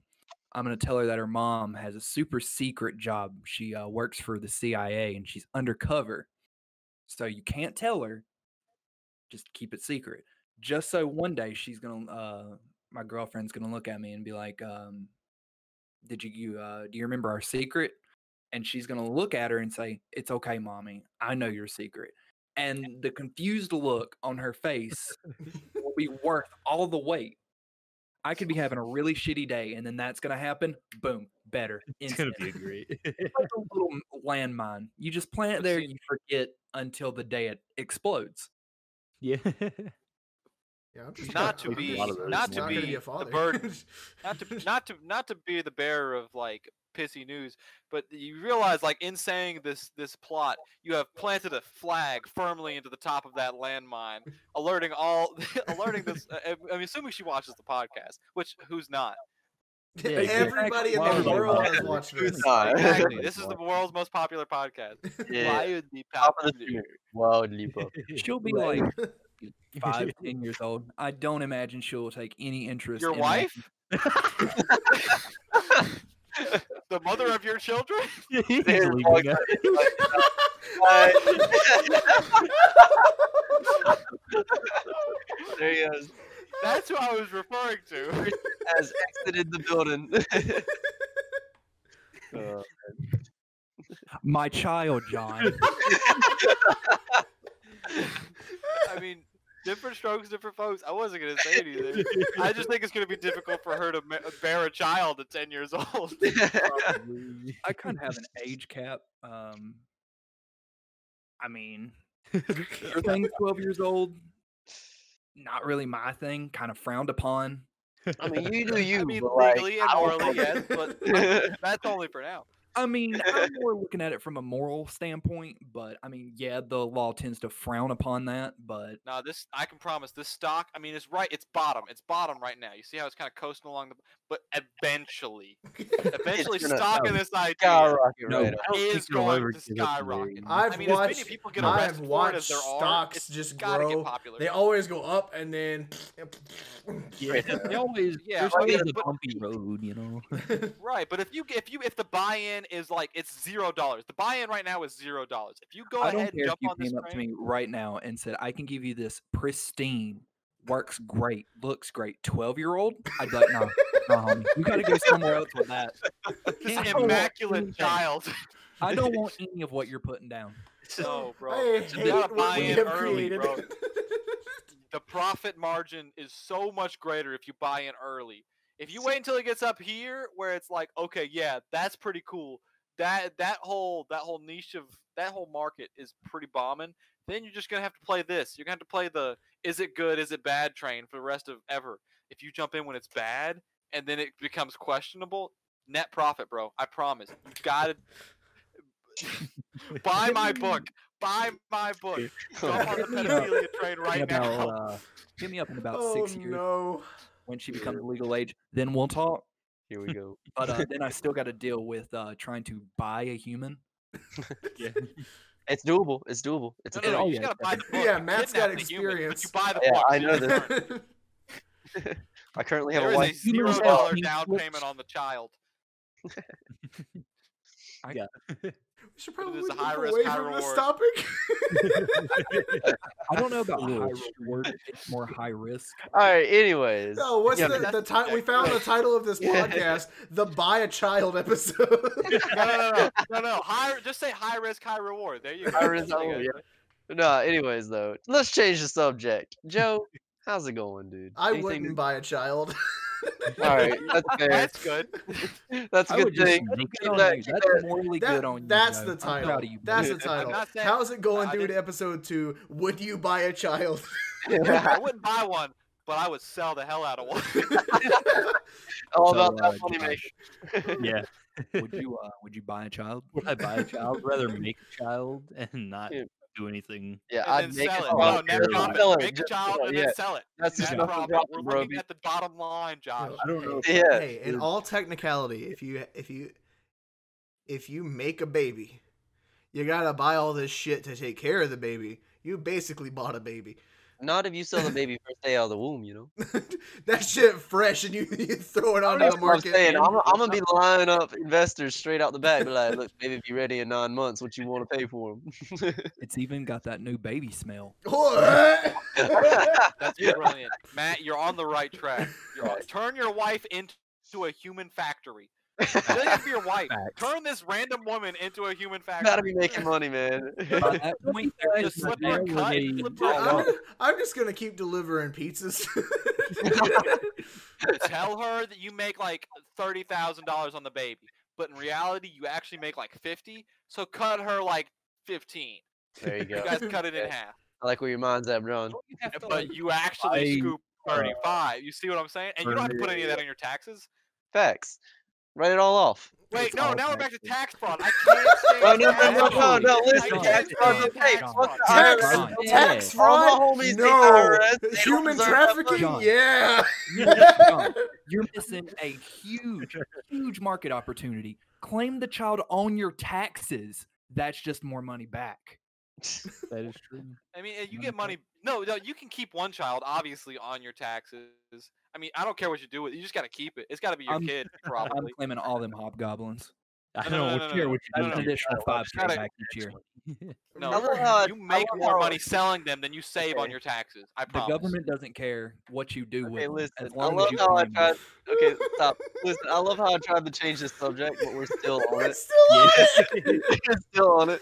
E: I'm going to tell her that her mom has a super secret job. She uh, works for the CIA and she's undercover. So you can't tell her. Just keep it secret. Just so one day she's going to, uh, my girlfriend's going to look at me and be like, um, did you, you uh, do you remember our secret? and she's going to look at her and say, It's okay, mommy. I know your secret. And the confused look on her face will
B: [LAUGHS]
E: be worth all the wait. I could be having a really shitty day, and then that's going to happen. Boom, better.
B: It's gonna
E: instant.
B: be a great. [LAUGHS]
E: It's
C: [LAUGHS]
E: like a little m- landmine. You just plant it
C: But
E: there,
C: see-
E: you forget until the day it explodes.
B: yeah.
A: Yeah, I'm just
C: Not
A: trying-
C: to
A: I'm
B: be-
A: just- I'm
B: not
A: just
B: to
A: gonna
B: be
C: the
A: father. [LAUGHS]
C: burden. not to not to not to be the bearer of like pissy news, but you realize like in saying this this plot, you have planted a flag firmly into the top of that landmine, alerting all [LAUGHS] alerting this. uh, I- I'm- I'm assuming she watches the podcast, which who's
D: [LAUGHS]
C: not?
B: Yeah,
A: Everybody in the
B: exactly.
A: world has watched this.
D: Uh, [LAUGHS]
C: Exactly. This is the world's most popular podcast.
D: yeah,
C: Why would the
D: top of the
C: popular-
D: street.
C: [LAUGHS]
D: Wildly popular.
E: She'll be like
B: [LAUGHS]
E: five, ten years old. I don't imagine she'll take any interest.
C: Your
E: in watching-
A: [LAUGHS]
C: wife? the mother of your children?
B: Yeah, he's
D: There's
B: leaving
D: like-
B: now.
D: [LAUGHS] there he is.
C: That's who I was referring to.
D: Has exited the building. [LAUGHS] Uh,
E: my child,
C: [LAUGHS]
E: John.
C: I mean, different strokes, different folks. I wasn't gonna say anything. I just think it's gonna be difficult for her to ma- bear a child at ten years [LAUGHS] old.
B: Probably.
E: I kind of have an age cap. Um,
C: [LAUGHS]
E: I mean, everything twelve years old, not really my thing. Kind of frowned upon.
D: I
B: [LAUGHS]
D: mean, you do you.
C: I mean,
D: but, like,
C: legally and
D: I don't
C: morally, [LAUGHS] yes, but
D: know.
C: that's only for now.
E: I mean,
C: [LAUGHS]
E: I'm more looking at it from a moral standpoint, but I mean, yeah, the law tends to frown upon that, but
C: Now, this I can promise. This stock, I mean, it's right. It's bottom. It's bottom right now. You see how it's kind of coasting along the, but eventually, eventually,
D: gonna-
C: stock in
D: no,
C: this idea.
D: skyrocket
B: No, I [LAUGHS]
D: right
B: don't
D: up.
B: think
C: is
B: it'll
C: going
B: ever
C: to
B: get up there.
C: skyrocket.
A: [LAUGHS] I've
C: I mean, as
A: watched-
C: many people get
A: I've
C: arrested for it
A: watched
C: as there
A: stocks
C: are, it's
A: just
C: gotta
A: grow.
C: get popular.
A: They always go up and
E: [LAUGHS]
A: then. [LAUGHS]
B: [LAUGHS] Yeah, they always,
C: Yeah,
B: there's
C: I
B: always
C: mean,
B: a
C: but-
B: bumpy road, you know.
C: Right, but if you g- if you if the buy-in is like it's zero dollars, the buy-in right now is zero dollars. If you go
E: I don't
C: ahead and
E: care if
C: jump
E: you
C: on this
E: came up to
C: train,
E: me right now and said, I can give you this pristine, works great, looks great, 12 year old, I'd be like, no, no, homie, you gotta go somewhere else with that. [LAUGHS]
C: this
E: I don't want
C: immaculate
E: anything.
C: child. [LAUGHS]
E: I don't want any of what you're putting down.
C: no, bro.
A: I
C: It's
A: hate
C: gotta buy
A: what we
C: in
A: have
C: early,
A: created. [LAUGHS]
C: bro. The profit margin is so much greater if you buy in early. If you wait until it gets up here, where it's like, okay, yeah, that's pretty cool. That that whole that whole niche of that whole market is pretty bombing. Then you're just gonna have to play this. You're gonna have to play the is it good, is it bad train for the rest of ever. If you jump in when it's bad and then it becomes questionable, net profit, bro. I promise. You gotta
B: [LAUGHS]
C: buy my book. Buy my book. Jump on the
E: Hit me up.
C: pedophilia train
E: In
C: right
E: about,
C: now.
E: uh, hit me up in about
A: oh
E: six years
A: no!
E: when she becomes legal age, then we'll talk.
D: Here we go.
E: But uh, then I still gotta deal with uh, trying to buy a human.
D: It's doable. It's doable. It's a
C: No, no,
D: thing.
C: you just gotta buy the book.
A: Yeah,
C: You
A: Matt's
C: kidnap
A: got
C: the human,
A: experience.
C: but you buy the
D: Yeah,
C: book.
D: I
C: you
D: know
C: learn.
A: [LAUGHS]
D: this. I currently have
C: There
D: a
C: is a
D: wife.
C: zero
B: Humans have
C: dollar
B: pink
C: down
B: slips.
C: payment on the child.
A: We should
C: But it
A: probably
C: is a
A: move
C: high risk,
A: away
C: high
A: from this
C: reward.
A: topic.
E: [LAUGHS] I don't know about
B: Little
E: high
B: short.
E: reward, it's more high risk.
D: All right. Anyways.
A: no, what's
D: Yeah,
A: the,
C: but
A: the
C: that's
A: title? We found the
C: ridiculous.
A: title
E: [LAUGHS]
A: of this
D: Yeah.
A: podcast: the "Buy a Child" episode.
C: [LAUGHS]
A: [LAUGHS]
C: No, [LAUGHS] no, no, no, no, no. High, just say high risk, high reward. There you go.
D: High risk,
C: There
D: high
C: you go.
D: reward. No. Anyways, though, let's change the subject. Joe, how's it going, dude?
A: I
D: Anything
A: wouldn't buy a
E: [LAUGHS]
A: child.
D: to- [LAUGHS] All right. That's fair.
C: That's good.
D: [LAUGHS] That's a
E: I
D: good
E: would just
D: thing.
E: make it
D: Keep
E: on
D: that-
E: you.
D: keep
E: That's
D: that-
E: morally
A: That-
E: good on you.
A: that's
E: Joe.
A: the
E: I'm
A: title.
E: proud of you,
A: that's
E: buddy.
A: the title.
C: not saying-
A: How's it going
C: I
A: through to
C: didn't-
A: episode two? Would you buy a child? [LAUGHS]
C: I wouldn't buy one, but I would sell the hell out of one. [LAUGHS]
D: All
E: So,
D: about that
E: uh,
D: money
E: Josh,
D: maker. [LAUGHS]
B: yeah,
E: would you uh, would you buy a child?
B: would I buy a child? Rather make a child and not
D: Yeah.
B: do anything.
D: yeah,
C: and
D: I'd
C: then
D: make
C: sell
D: it.
C: it.
D: Oh,
C: No,
D: yeah,
C: net profit.
D: sell it,
C: Make a
D: just
C: child
D: sell it,
C: and
D: yeah.
C: then sell it.
D: That's just
C: Net
D: not
C: profit.
D: dropping,
C: We're
D: bro.
C: looking at the bottom line,
D: [LAUGHS]
C: Josh.
A: Oh,
B: I don't know.
A: Hey,
D: Yeah.
A: hey, in
B: Dude.
A: all technicality, if you if you if you make a baby, you gotta buy all this shit to take care of the baby. You basically bought a baby. [LAUGHS]
D: Not if you sell the baby first day out of the womb, you know.
A: that shit fresh, and you, you throw it onto
D: That's
A: the
D: what I'm
A: market. [LAUGHS]
D: saying. I'm, I'm gonna be lining up investors straight out the back, be like, "Look, baby, be ready in nine months. What you want to pay for them?"
E: It's even got that new
D: [LAUGHS]
E: baby smell.
C: That's brilliant. Matt, you're on the right track. You're on, turn your wife into a human factory. It doesn't have to be your wife.
E: Facts.
C: Turn this random woman into a human factory.
D: Gotta be making money, man. [LAUGHS]
E: By that point, there
C: Just
E: is no
C: slip her a
E: doubt.
C: cut.
B: they-
C: Flip her
A: Dude,
C: a
A: I'm,
C: cut.
A: gonna- I'm just gonna keep delivering pizzas. [LAUGHS]
C: Tell her that you make like thirty thousand dollars on the baby, but in reality, you actually make like fifty. So cut her like fifteen.
D: there you
C: You
D: go.
C: guys cut it in
D: Yeah.
C: half.
D: I like where your mind's at, John.
G: Don't you have to, like,
C: But you actually
F: I,
C: scoop 35. You see what I'm saying? And you don't have to put any of that on your taxes.
D: Facts. Write it all off.
C: Wait,
E: It's
C: no,
E: all
C: now we're back to
E: taxes.
C: tax fraud. I can't say
D: Oh no no
C: tax
D: no no
C: fraud.
D: no!
E: John,
D: Listen,
E: John,
D: tax fraud
E: John,
D: is fake.
E: John,
D: Fuck the
A: Tax,
D: IRS.
E: John.
A: tax
D: All
A: fraud?
D: my homies hate the
A: No.
D: IRS. They don't
A: Human
D: deserve that money.
A: trafficking?
E: John.
A: Yeah.
D: [LAUGHS]
E: John, You're missing a huge, huge market opportunity. Claim the child on your taxes. That's just more money back.
B: That is true.
C: I mean, and you
E: Money
C: get money. No, no, you can keep one child obviously on your taxes. I mean, I don't care what you do with it. You just got to keep it. It's got to be your
E: I'm-
C: kid,
E: I'm
C: probably.
E: claiming all them hobgoblins.
B: I
C: no, no,
B: don't
C: no,
B: know
C: no,
B: what year
C: no.
B: would
C: I
B: you
E: An
C: don't know.
B: do?
E: additional five K
C: Gotta-
E: back each year.
B: [LAUGHS]
C: [LAUGHS] No,
D: I love how I-
C: you
D: Uh, I
C: make
D: love
C: more
D: how-
C: money selling them than you save on
D: Okay.
C: your taxes. I
E: The
C: promise.
E: government doesn't care what you do with
D: Okay,
E: them,
D: listen.
E: as
D: I
E: long as
D: love
E: you
D: how I
E: claim them.
D: tried. Okay, stop. Listen, I love how I tried to change the subject, but we're
A: [LAUGHS]
D: still on [LAUGHS] it.
B: [LAUGHS]
D: we're still on it.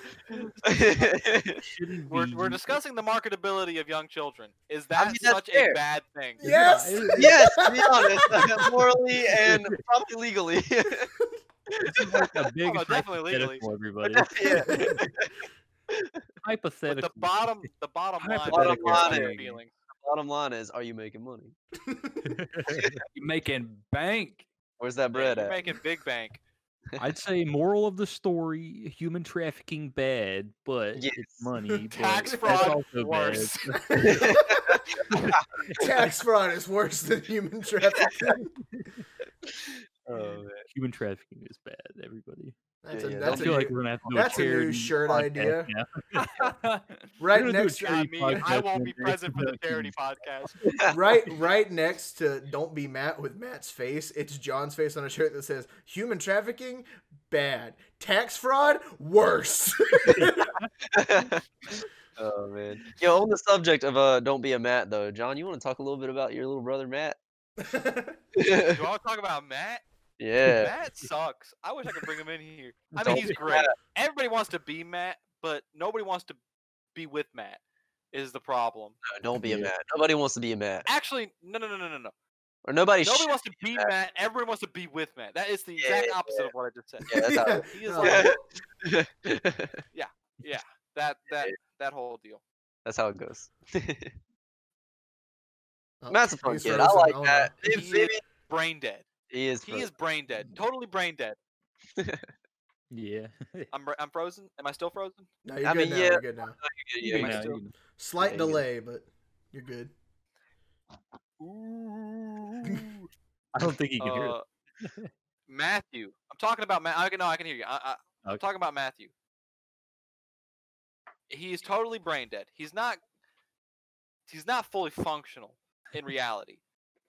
C: We're,
B: [LAUGHS]
C: we're discussing the marketability of young children. Is that
D: mean, that's
C: such a
D: fair.
C: bad thing?
A: Yes.
D: [LAUGHS] yes, to be honest, [LAUGHS] morally and probably
C: [LAUGHS]
D: legally.
B: a big
C: no, Oh, definitely legally.
B: hypothetical, everybody.
D: yeah.
B: hypothetical.
C: But the bottom, the bottom line, is
D: Bottom
C: you hurt
D: line
C: their
D: is- [LAUGHS]
C: feelings.
D: [LAUGHS] Bottom line is, are you making money?
E: You're making bank.
D: Where's that
C: Yeah,
D: bread
C: You're
D: at?
C: making big
D: [LAUGHS]
C: bank.
B: I'd say moral of the story: human trafficking bad, but
C: [LAUGHS]
D: Yes.
B: it's money. but
C: Tax
B: that's
C: fraud
B: also bad.
C: worse. [LAUGHS]
A: tax fraud is worse than human trafficking.
D: Oh,
B: [LAUGHS] Human trafficking is bad. Everybody.
A: That's
D: Yeah,
A: a,
D: yeah,
B: I
A: that's
D: don't
A: a
B: feel
A: new,
B: like we're gonna have to do
A: that's a
B: a,
A: new
B: charity
A: shirt
B: podcast
A: idea.
B: now.
A: right
B: gonna do a
A: next
B: charity
C: Not me. I
B: podcast
C: won't
B: and
C: be
B: next
C: present for the
B: production.
C: charity podcast.
B: [LAUGHS]
A: uh, right right next to don't be matt with matt's face it's john's face on a shirt that says human trafficking bad tax fraud worse [LAUGHS]
D: [LAUGHS] oh man. Yo, on the subject of uh, don't be a Matt though, John, you want to talk a little bit about your little
C: [LAUGHS]
D: brother Matt?
C: Do [LAUGHS] I want to talk about Matt?
D: yeah.
C: Matt sucks. I wish I could bring him in
B: [LAUGHS]
C: here. I
D: Don't
C: mean, he's
D: be
C: great. Everybody wants to be Matt, but nobody wants to be with Matt. Is the problem?
D: Don't be a
B: Yeah.
D: Matt. Nobody wants to be a Matt,
C: Actually, no, no, no, no, no, no.
D: or nobody.
C: Nobody
D: should
C: wants to be Matt. Everyone wants to be with Matt. That is the
D: Yeah,
C: exact
D: yeah.
C: opposite of what I just said.
D: [LAUGHS] Yeah, that's how-
C: He is
A: Oh.
C: like
D: Yeah.
C: that, that, that whole deal.
D: [LAUGHS] That's how it goes. [LAUGHS]
A: Oh,
D: Matt's a fun
A: he's
D: kid. I
A: frozen.
D: like
A: Oh, no.
D: that.
C: He
D: Maybe- maybe
C: is brain dead.
D: He is.
C: He
D: fun.
C: is brain dead. Totally brain dead.
B: Yeah.
C: I'm, br- I'm frozen. Am I still frozen?
A: no you're
D: I
A: good
D: mean,
A: now
D: yeah.
A: you're good now
B: [LAUGHS]
D: Yeah,
B: Yeah,
D: yeah, [LAUGHS]
B: you can-
A: slight
D: Yeah, you're good.
A: delay but you're good
B: I don't think you can hear it.
C: Uh, Matthew. I'm talking about Matt. I can, no, I can hear you. I, I, I'm
B: Okay.
C: talking about Matthew. He is totally brain dead. He's not. He's not fully functional in reality.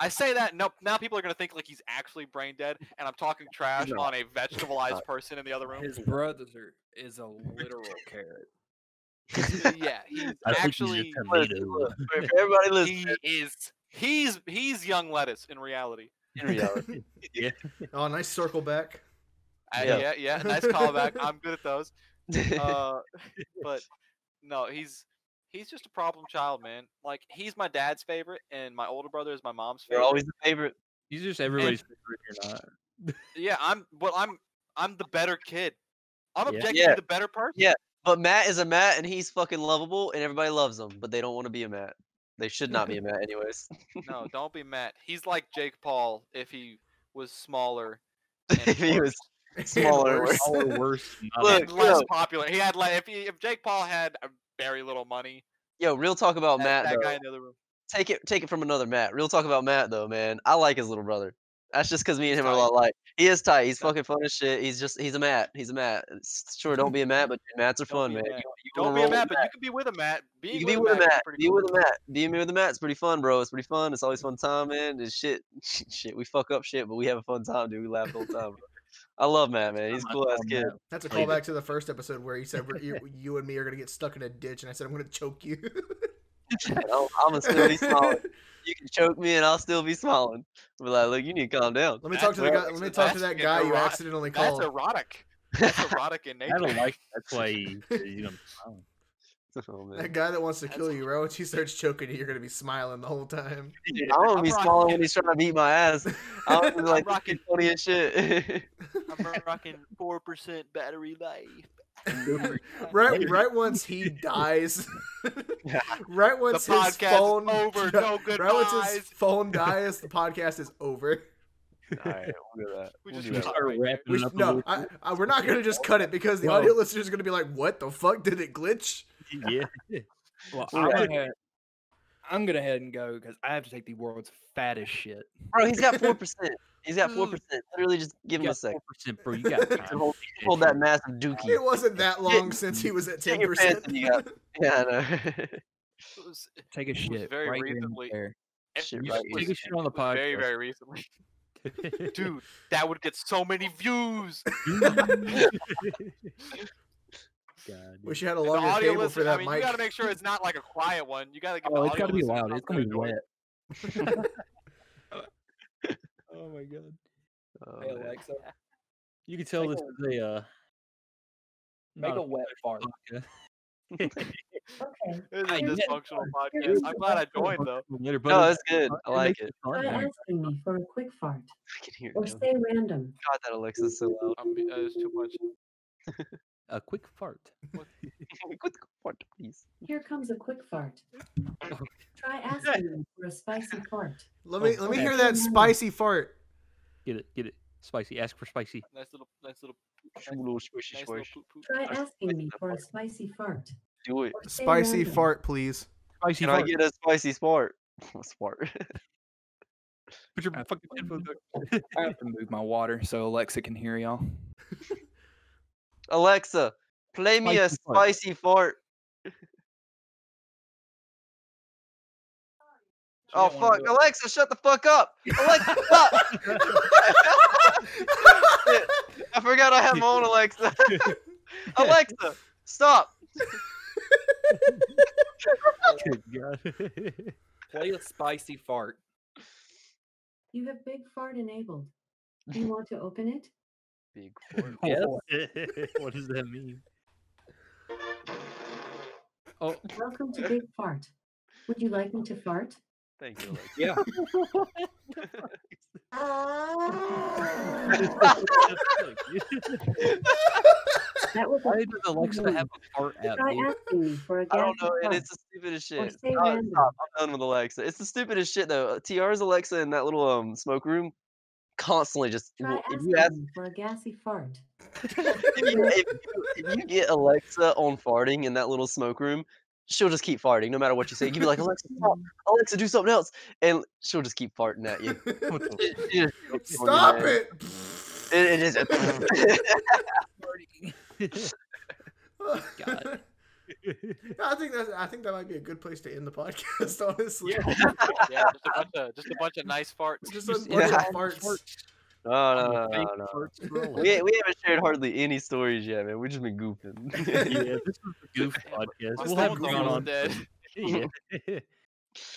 C: I say that no, now people are gonna think like he's actually brain dead, and I'm talking trash
D: No.
C: on a vegetableized person in the other room.
E: His brother is a literal carrot.
C: [LAUGHS] yeah,
B: I
C: he's
B: think he's a
C: actually
D: Listen,
B: tomato.
D: look, for- for everybody
C: he
D: listening,
C: [LAUGHS] is. He's he's young lettuce in reality.
D: in reality,
A: oh nice circle back [LAUGHS]
C: Uh,
D: Yeah.
C: yeah, yeah, nice callback. I'm good at those. Uh, but no, he's he's just a problem child, man. Like he's my dad's favorite, and my older brother is my mom's
D: [LAUGHS] you're
C: favorite.
D: always the favorite.
B: He's just everybody's favorite. You're not.
C: Yeah, I'm. Well, I'm I'm the better kid. I'm
B: Yeah.
C: objectively
D: Yeah.
C: the better person.
D: Yeah. But Matt is a Matt, and he's fucking lovable, and everybody loves him. But they don't want to be a Matt. They should not be a
C: [LAUGHS]
D: Matt, anyways.
C: No, don't be mad. He's like Jake Paul if he was
D: [LAUGHS]
C: smaller.
D: [LAUGHS] if he was
A: And
D: Smaller
A: worse.
B: All worse. than
D: Look, [LAUGHS]
B: others.
C: and less
D: yo.
C: popular. He had like if he, if Jake Paul had uh, very little money.
D: yo, real talk about
C: that,
D: Matt.
C: that
D: though.
C: guy in the other room.
D: Take it, take it from another Matt. Real talk about Matt though, man. I like his little brother. That's just because me and
C: He's
D: him are a
C: tight.
D: lot alike. He is tight. He's
C: tight.
D: fucking fun as shit. He's just he's a Matt. He's a Matt. S-
C: [LAUGHS]
D: Sure, don't be a Matt, but Matts are
C: Don't
D: fun,
C: be a
D: man.
C: Matt.
D: You- you
C: Don't
D: wanna
C: be
D: roll
C: a
D: with
C: Matt, but you can be with a Matt. Being
D: You can be with
C: with
D: a Matt.
C: is pretty
D: Be
C: cool.
D: with a Matt. Being with a Matt's pretty fun, bro. It's pretty fun. It's always fun time, man. It's shit, [LAUGHS] shit. We fuck up shit, but we have a fun time, dude. We laugh the whole time. Bro. I love Matt, man. He's a
B: I
D: cool ass
B: love
D: kid.
A: That's a
B: Played
A: callback to the first episode where you said we're, you, you and me are gonna get stuck in a ditch, and I said I'm gonna choke you.
D: I'm, I'm gonna still be smiling. You can choke me, and I'll still be smiling. But like, look, you need to calm down.
A: [LAUGHS] Let me talk to the
D: Well,
A: guy. Let me
C: that's-
A: talk to
C: that's
A: that guy you
C: erotic.
A: accidentally
D: [LAUGHS]
C: That's
A: called.
C: erotic. That's erotic in nature.
B: I
C: [LAUGHS]
B: don't like. That's why you, you don't. smile.
D: Oh, man.
A: That guy that wants to
C: That's
A: kill you, right? Once he starts choking you, you're gonna be smiling the whole time.
D: I'm gonna
C: I'm
D: be
C: rocking-
D: smiling when he's trying to beat my ass.
A: [LAUGHS]
D: I'm gonna be like,
C: rocking-
D: rocking funny as shit.
C: I'm rocking four percent battery life.
A: right, right once he dies, [LAUGHS] right
C: The
A: once his
C: podcast
A: phone
C: is
A: [LAUGHS]
C: over. No goodbyes.
A: right once his phone dies, the podcast is over.
D: All right, we'll do that.
C: We
D: We'll
C: just
D: do that.
C: got-
B: Start
C: right,
B: wrapping
A: We
B: it
A: should,
B: up a
A: no,
B: little
A: I, I, we're not gonna just cut it because the
E: Well-
A: audio listener's gonna be like, "What the fuck did it glitch?"
B: bit. [LAUGHS] Yeah.
E: Well,
D: We're
E: I'm
D: at
E: gonna, I'm gonna head and go because I have to take the world's fattest shit.
D: [LAUGHS] Bro, he's got four percent. He's got four percent. Literally, just give him a second.
B: 4%, bro. You got
D: to
B: time.
D: hold, hold that massive
A: [LAUGHS]
D: dookie.
A: It wasn't that long since he was at
D: Take
A: ten
D: your pants
A: percent.
D: and you got. Yeah, I know. [LAUGHS]
C: It was-
E: Take a
C: was
E: shit
C: very
E: right here in the
C: recently-
E: chair.
D: Shit,
B: You
D: right
B: should
D: here.
B: take a shit on the
C: it was Very,
B: podcast.
C: very recently. Dude, that would get so many views.
B: [LAUGHS]
A: [LAUGHS]
B: God,
A: [LAUGHS]
B: dude.
A: Wish you had a
C: And the
A: longer
C: audio
A: cable for
C: listener,
A: that
C: I mean, you
A: mic.
C: gotta make sure it's not like a quiet one. You gotta give
E: Oh,
C: the
E: it's
C: audio
E: got to be
C: listener
E: loud.
C: something
E: It's gonna be
C: enjoy.
E: wet.
B: [LAUGHS] oh my god.
D: Oh,
E: Hey,
D: man.
E: Alexa,
B: You can tell
E: Make
B: this is a uh,
E: make
B: not
E: a wet fart.
B: podcast.
H: Okay.
C: This is
E: I
C: a
E: get-
C: dysfunctional podcast. I'm glad I joined though.
B: Later, but
D: No,
B: it-
D: it's good. I
B: it
D: like
B: makes
D: it.
H: Try
B: fun.
H: asking me for a quick fart
D: I can hear it.
H: or
D: now.
H: say random.
D: God, that Alexa's so
C: [LAUGHS]
D: loud. [LAUGHS]
C: I'm, uh, it's too much.
B: A quick fart.
D: Quick report, please.
H: Here comes a quick fart.
D: [LAUGHS]
H: Try asking me for a spicy fart.
A: Let me
B: Oh,
A: let me
B: okay.
A: hear that spicy fart.
B: Get it, get it. Spicy. Ask for spicy.
C: Nice little, nice little,
D: Shoo, little swishy
C: nice little
D: swish.
C: poop poop.
H: Try asking me for a spicy fart.
D: Do it.
H: or say
A: Spicy
H: random.
A: fart,
C: [LAUGHS]
A: please. [LAUGHS]
B: Spicy
D: Can I
B: fart.
D: get a spicy [LAUGHS] sport? Sport.
B: Put your fucking headphones on.
E: I have to move my water so Alexa can hear y'all.
D: Alexa, play me a
B: Spicy fart.
D: spicy fart.
E: She
D: Oh
E: didn't wanna
D: fuck,
E: do it.
D: Alexa, shut the fuck up! Alexa, stop! Shit, I forgot I have my own Alexa. [LAUGHS] Alexa, stop!
B: [LAUGHS] Good God. [LAUGHS]
E: Play a spicy fart.
H: You have big fart enabled.
D: [LAUGHS]
H: Do you want to open it?
D: Big fart.
B: Yes. what [LAUGHS] does that mean? Oh,
D: [LAUGHS]
H: Welcome to Big Fart. Would you like me to fart?
D: Thank you, Alexa.
E: Yeah.
H: That was
B: why does Alexa have a [LAUGHS] fart
H: a
B: app?
H: try
B: dude?
H: asking me for a
D: I
H: gas
D: don't know, and
H: fart
D: it's the stupidest
H: or
D: shit.
H: say
D: Oh,
H: random.
D: I'm done with Alexa. It's the stupidest shit though. TR's Alexa in that little um smoke room constantly just
H: Try
D: if
H: asking
D: you ask
H: me for a gassy fart.
D: if you, if, you, if you get Alexa on farting in that little smoke room, she'll just keep farting no matter what you say. You can be like, Alexa, stop. Alexa, do something else. And she'll just keep farting at you. It- it just keeps farting
A: Stop
D: at you.
A: it!
D: It, it
A: [LAUGHS]
D: is.
B: [LAUGHS] God.
A: [LAUGHS] I think that's I think that might be a good place to end the podcast, [LAUGHS] honestly.
C: Yeah, just a bunch of, just a bunch of nice farts.
A: Just a bunch
D: Yeah.
A: of farts.
D: [LAUGHS] no, no,
B: uh,
D: no,
B: [LAUGHS]
D: no, no.
B: Farts, bro.
D: We, [LAUGHS] we haven't shared hardly any stories yet, man. We've just been goofing. [LAUGHS]
B: yeah, this is the [LAUGHS] goof podcast.
C: My
B: We'll have
C: phone's
B: John
C: almost
B: on.
C: dead.
B: [LAUGHS] Yeah. we'll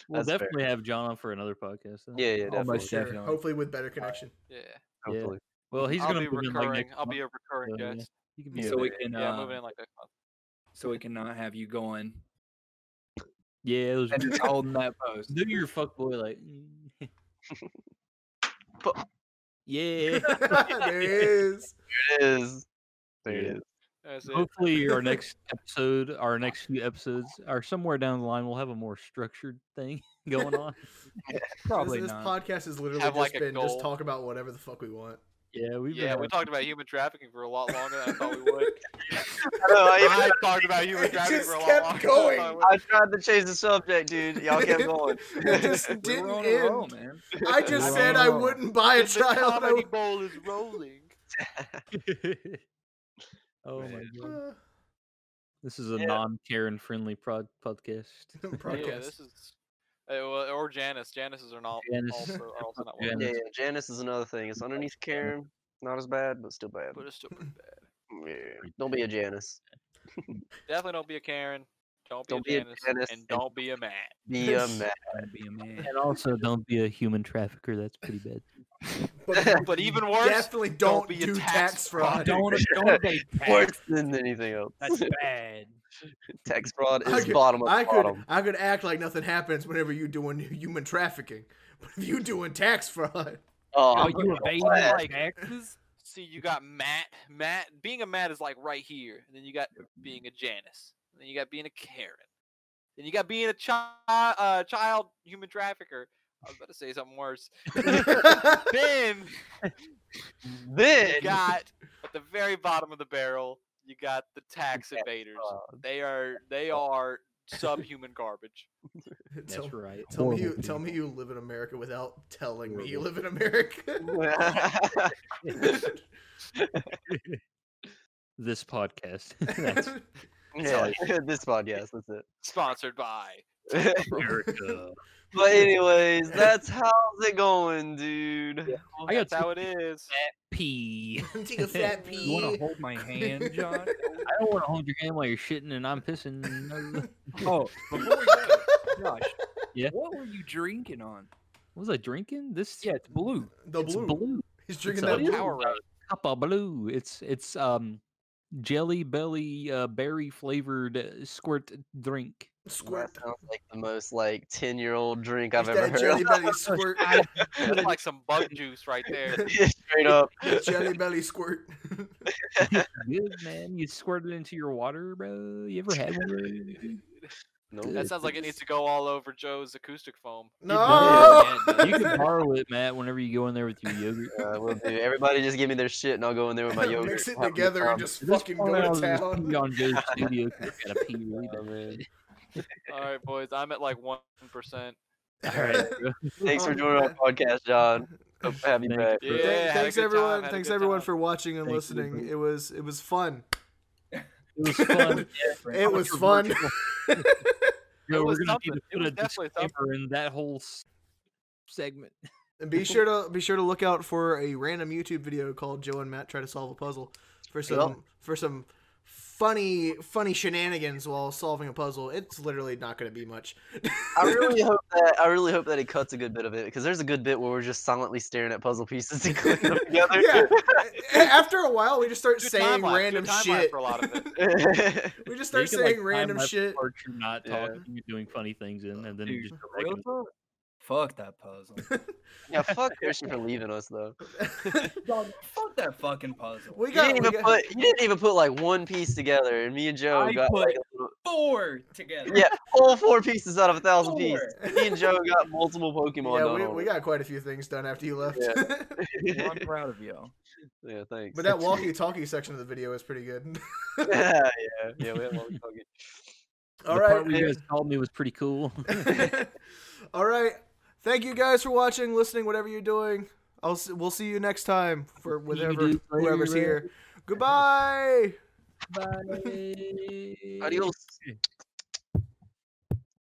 D: That's fair.
B: definitely have John on for another podcast. huh?
D: yeah, yeah, definitely.
E: Almost
A: Sure,
E: definitely.
A: Hopefully with better
C: [LAUGHS]
A: connection. [LAUGHS]
C: Yeah,
B: yeah.
D: Hopefully.
B: Well, he's
C: I'll
B: gonna
C: be
B: move in, like,
C: recurring.
B: next
C: I'll be
B: month,
C: a recurring
B: so, yeah.
C: guest.
B: He can be
E: so we
B: there.
E: can
C: Yeah,
E: uh,
C: moving in like next month.
E: so we cannot have you going
B: Yeah, it was.
E: and just holding that post.
B: [LAUGHS] Do your fuck boy like. [LAUGHS] mm.
D: Pu-
B: [LAUGHS] yeah.
A: there it is.
D: There it is. There it
B: Yeah.
D: is.
C: That's it.
B: Hopefully, [LAUGHS] our next episode, our next few episodes, are somewhere down the line. We'll have a more structured thing [LAUGHS] going on.
E: Probably
A: this, this
E: not.
A: podcast has literally
C: Have,
A: just
C: like, a
A: been just
C: goal.
A: talk about whatever the fuck we want.
B: Yeah, we've been
C: Yeah, we
B: having-
C: talked about human trafficking for a lot longer than I
A: [LAUGHS]
B: [LAUGHS]
C: thought we would.
D: I, know, I, even-
C: I talked about human
A: It
C: trafficking
A: just
C: for a lot
A: kept
C: longer.
A: going.
C: Than I thought we would.
D: I tried to change the subject, dude. Y'all kept
A: [LAUGHS]
D: going.
A: it just
E: We
A: didn't
E: were on a
A: end.
E: roll, man.
A: I just
D: [LAUGHS]
E: We're
A: said
E: on a
A: I
E: roll.
A: wouldn't buy a
C: The
A: child. I
C: comedy
A: [LAUGHS] w-
C: bowl
B: [LAUGHS]
C: [LAUGHS] is rolling.
B: oh my
D: Man.
B: god, [LAUGHS] this is a
D: Yeah.
B: non-Karen friendly prod podcast.
C: Yeah,
A: Broadcast.
C: this is. uh, well, or Janice. Janice's are not
B: Janice.
C: also
B: [LAUGHS]
C: are also not
B: Janice.
C: well.
D: Yeah, yeah, Janice is another thing. It's underneath Karen. Not as bad, but still bad.
C: But it's still pretty bad.
D: Yeah. Don't be a Janice.
C: Definitely don't be a Karen. Don't be,
D: Don't
C: a, Janice, and don't be a Matt.
D: Be a man.
E: That'd be a man.
B: [LAUGHS] And also, don't be a human trafficker. That's pretty bad.
A: But,
C: [LAUGHS] But
A: you
C: even worse,
A: definitely don't,
C: don't be a
A: do
C: tax
A: tax fraud.
E: Don't [LAUGHS] don't date
D: Worse than anything else. [LAUGHS]
E: That's [LAUGHS] bad.
D: Tax fraud
A: [LAUGHS] I
D: is
A: could-
D: bottom of
A: I
D: the bottom.
A: could I could act like nothing happens whenever you doing human [LAUGHS] trafficking, but if you doing tax fraud, [LAUGHS]
D: Oh,
E: Are
D: I'm
E: you
D: gonna
E: evading
D: laugh.
E: taxes?
C: see, you got Matt. Matt being a Matt is like right here, and then you got being a Janice, and then you got being a Karen, then you got being a child, uh, child human trafficker. I was about to say something [LAUGHS] worse. then you
D: Then
C: got at the very bottom of the barrel, you got the tax invaders. They are they are subhuman garbage.
A: tell,
B: That's right.
A: tell me you
F: Horrible
A: tell me you live in America without telling me you live in America.
D: [LAUGHS]
A: [LAUGHS]
B: This podcast. [LAUGHS] That's
D: [LAUGHS] yeah, [LAUGHS] this podcast. That's it.
C: Sponsored by [LAUGHS]
B: [LAUGHS] America.
D: But anyways, that's how's it going, dude.
C: Well,
B: I got
C: that's how it is.
B: P.
A: Take a
B: [LAUGHS]
A: fat
E: You want to
A: pee.
E: hold my hand, [LAUGHS] John?
B: I don't want to hold your hand while you're shitting and I'm
A: [LAUGHS]
B: pissing. what
E: Oh, before we go, Josh,
B: Yeah?
E: what were you drinking on?
B: was I drinking? This
E: Yeah, it's blue.
A: The
B: it's
A: blue.
B: [LAUGHS] blue.
A: He's drinking
B: It's a
A: that blue.
C: Power Ranger.
B: Papa Blue. It's it's um jelly belly uh, berry flavored uh, squirt drink.
A: squirt.
D: That sounds like the most like ten year old drink I've
A: It's
D: ever
A: that
D: heard.
A: Jelly
D: of.
B: [LAUGHS]
A: Belly squirt. [LAUGHS]
C: That's [LAUGHS]
D: [LAUGHS]
C: like some bug juice right there.
D: Yeah, Straight up. [LAUGHS]
A: jelly Belly
B: [LAUGHS]
A: squirt.
B: Good man, you squirt it into your water, bro. You ever had one?
D: Nope.
C: That sounds like it needs to go all over Joe's acoustic foam.
A: no.
B: bro? you can borrow it, Matt, whenever you go in there with your yogurt.
D: Uh, we'll do. Everybody just give me their shit and I'll go in there with my yogurt.
A: [LAUGHS] Mix it
D: Have a good
A: together
D: time.
A: and just fucking go
B: I'll
A: to
B: just pee
A: town.
B: on Joe's studio 'cause I gotta pee really
D: Oh,
B: bad.
D: man.
C: All right, boys, I'm at like one percent.
B: All
A: [LAUGHS]
B: right, bro.
D: Thanks for
A: Um,
D: joining our
A: uh,
D: podcast, John. Hope to have you
B: Thank
D: back.
C: Yeah,
A: Th-
C: had a
A: thanks
C: good time,
A: everyone.
C: had a
A: thanks
C: good
A: everyone
C: time.
A: for watching and
B: Thank you,
A: listening.
B: bro.
A: It was it was fun.
B: It was
C: [LAUGHS]
B: fun.
A: It was fun.
B: [LAUGHS] Joe,
C: was
B: we're gonna need
C: something.
B: to
C: It
B: put
C: was
B: a
C: definitely something.
B: disclaimer in that whole s- segment.
A: And be sure to be sure to look out for a random YouTube video called Joe and Matt try to solve a puzzle for some for some funny funny shenanigans while solving a puzzle. It's literally not going to be
C: [LAUGHS]
A: much. [LAUGHS]
D: I really hope that I really hope that it cuts a good bit of it because there's a good bit where we're just silently staring at puzzle [LAUGHS] pieces and
A: [LAUGHS]
D: clicking them together.
A: yeah. A- After a while, we just start
C: Do a
A: saying
C: time lapse, do a
A: random
C: time lapse
A: shit.
C: for a lot of
A: [LAUGHS]
C: it.
A: We just
B: Yeah, you
A: start
B: can,
A: saying
B: like,
A: random
B: time-lapse
A: shit.
B: parts you're not
D: Yeah.
B: talking, you're doing funny things, and, and then you
E: Dude,
B: just
E: for
B: direct
E: real
B: them.
E: talk? Fuck that puzzle.
D: yeah, fuck Christian for leaving us though.
E: Dog, fuck that fucking puzzle.
A: we
D: You
A: got,
D: didn't
A: we
D: even
A: got-
D: put you didn't even put like one piece together, and me and Joe
E: I
D: got
E: put
D: like [LAUGHS] a little-
E: Four together.
D: yeah, all four pieces out of a thousand
E: Four.
D: pieces. Me and Joe
A: [LAUGHS]
D: got multiple Pokemon
A: yeah,
D: done
A: we,
D: on
A: we
D: it.
A: got quite a few things done after you left.
D: [LAUGHS]
E: I'm proud of y'all.
D: yeah,
A: [LAUGHS]
D: thanks.
A: but that walkie-talkie section of the video is pretty good.
D: [LAUGHS]
A: [LAUGHS]
D: yeah, yeah, yeah, we had a long talking.
A: All
B: the
A: right.
B: part where you guys called me was pretty cool.
A: [LAUGHS] All right. Thank you guys for watching, listening, whatever you're doing. I'll s- we'll see you next time for whatever
B: dudes later,
A: whoever's
B: man.
A: here. Goodbye.
B: Bye.
D: Adios.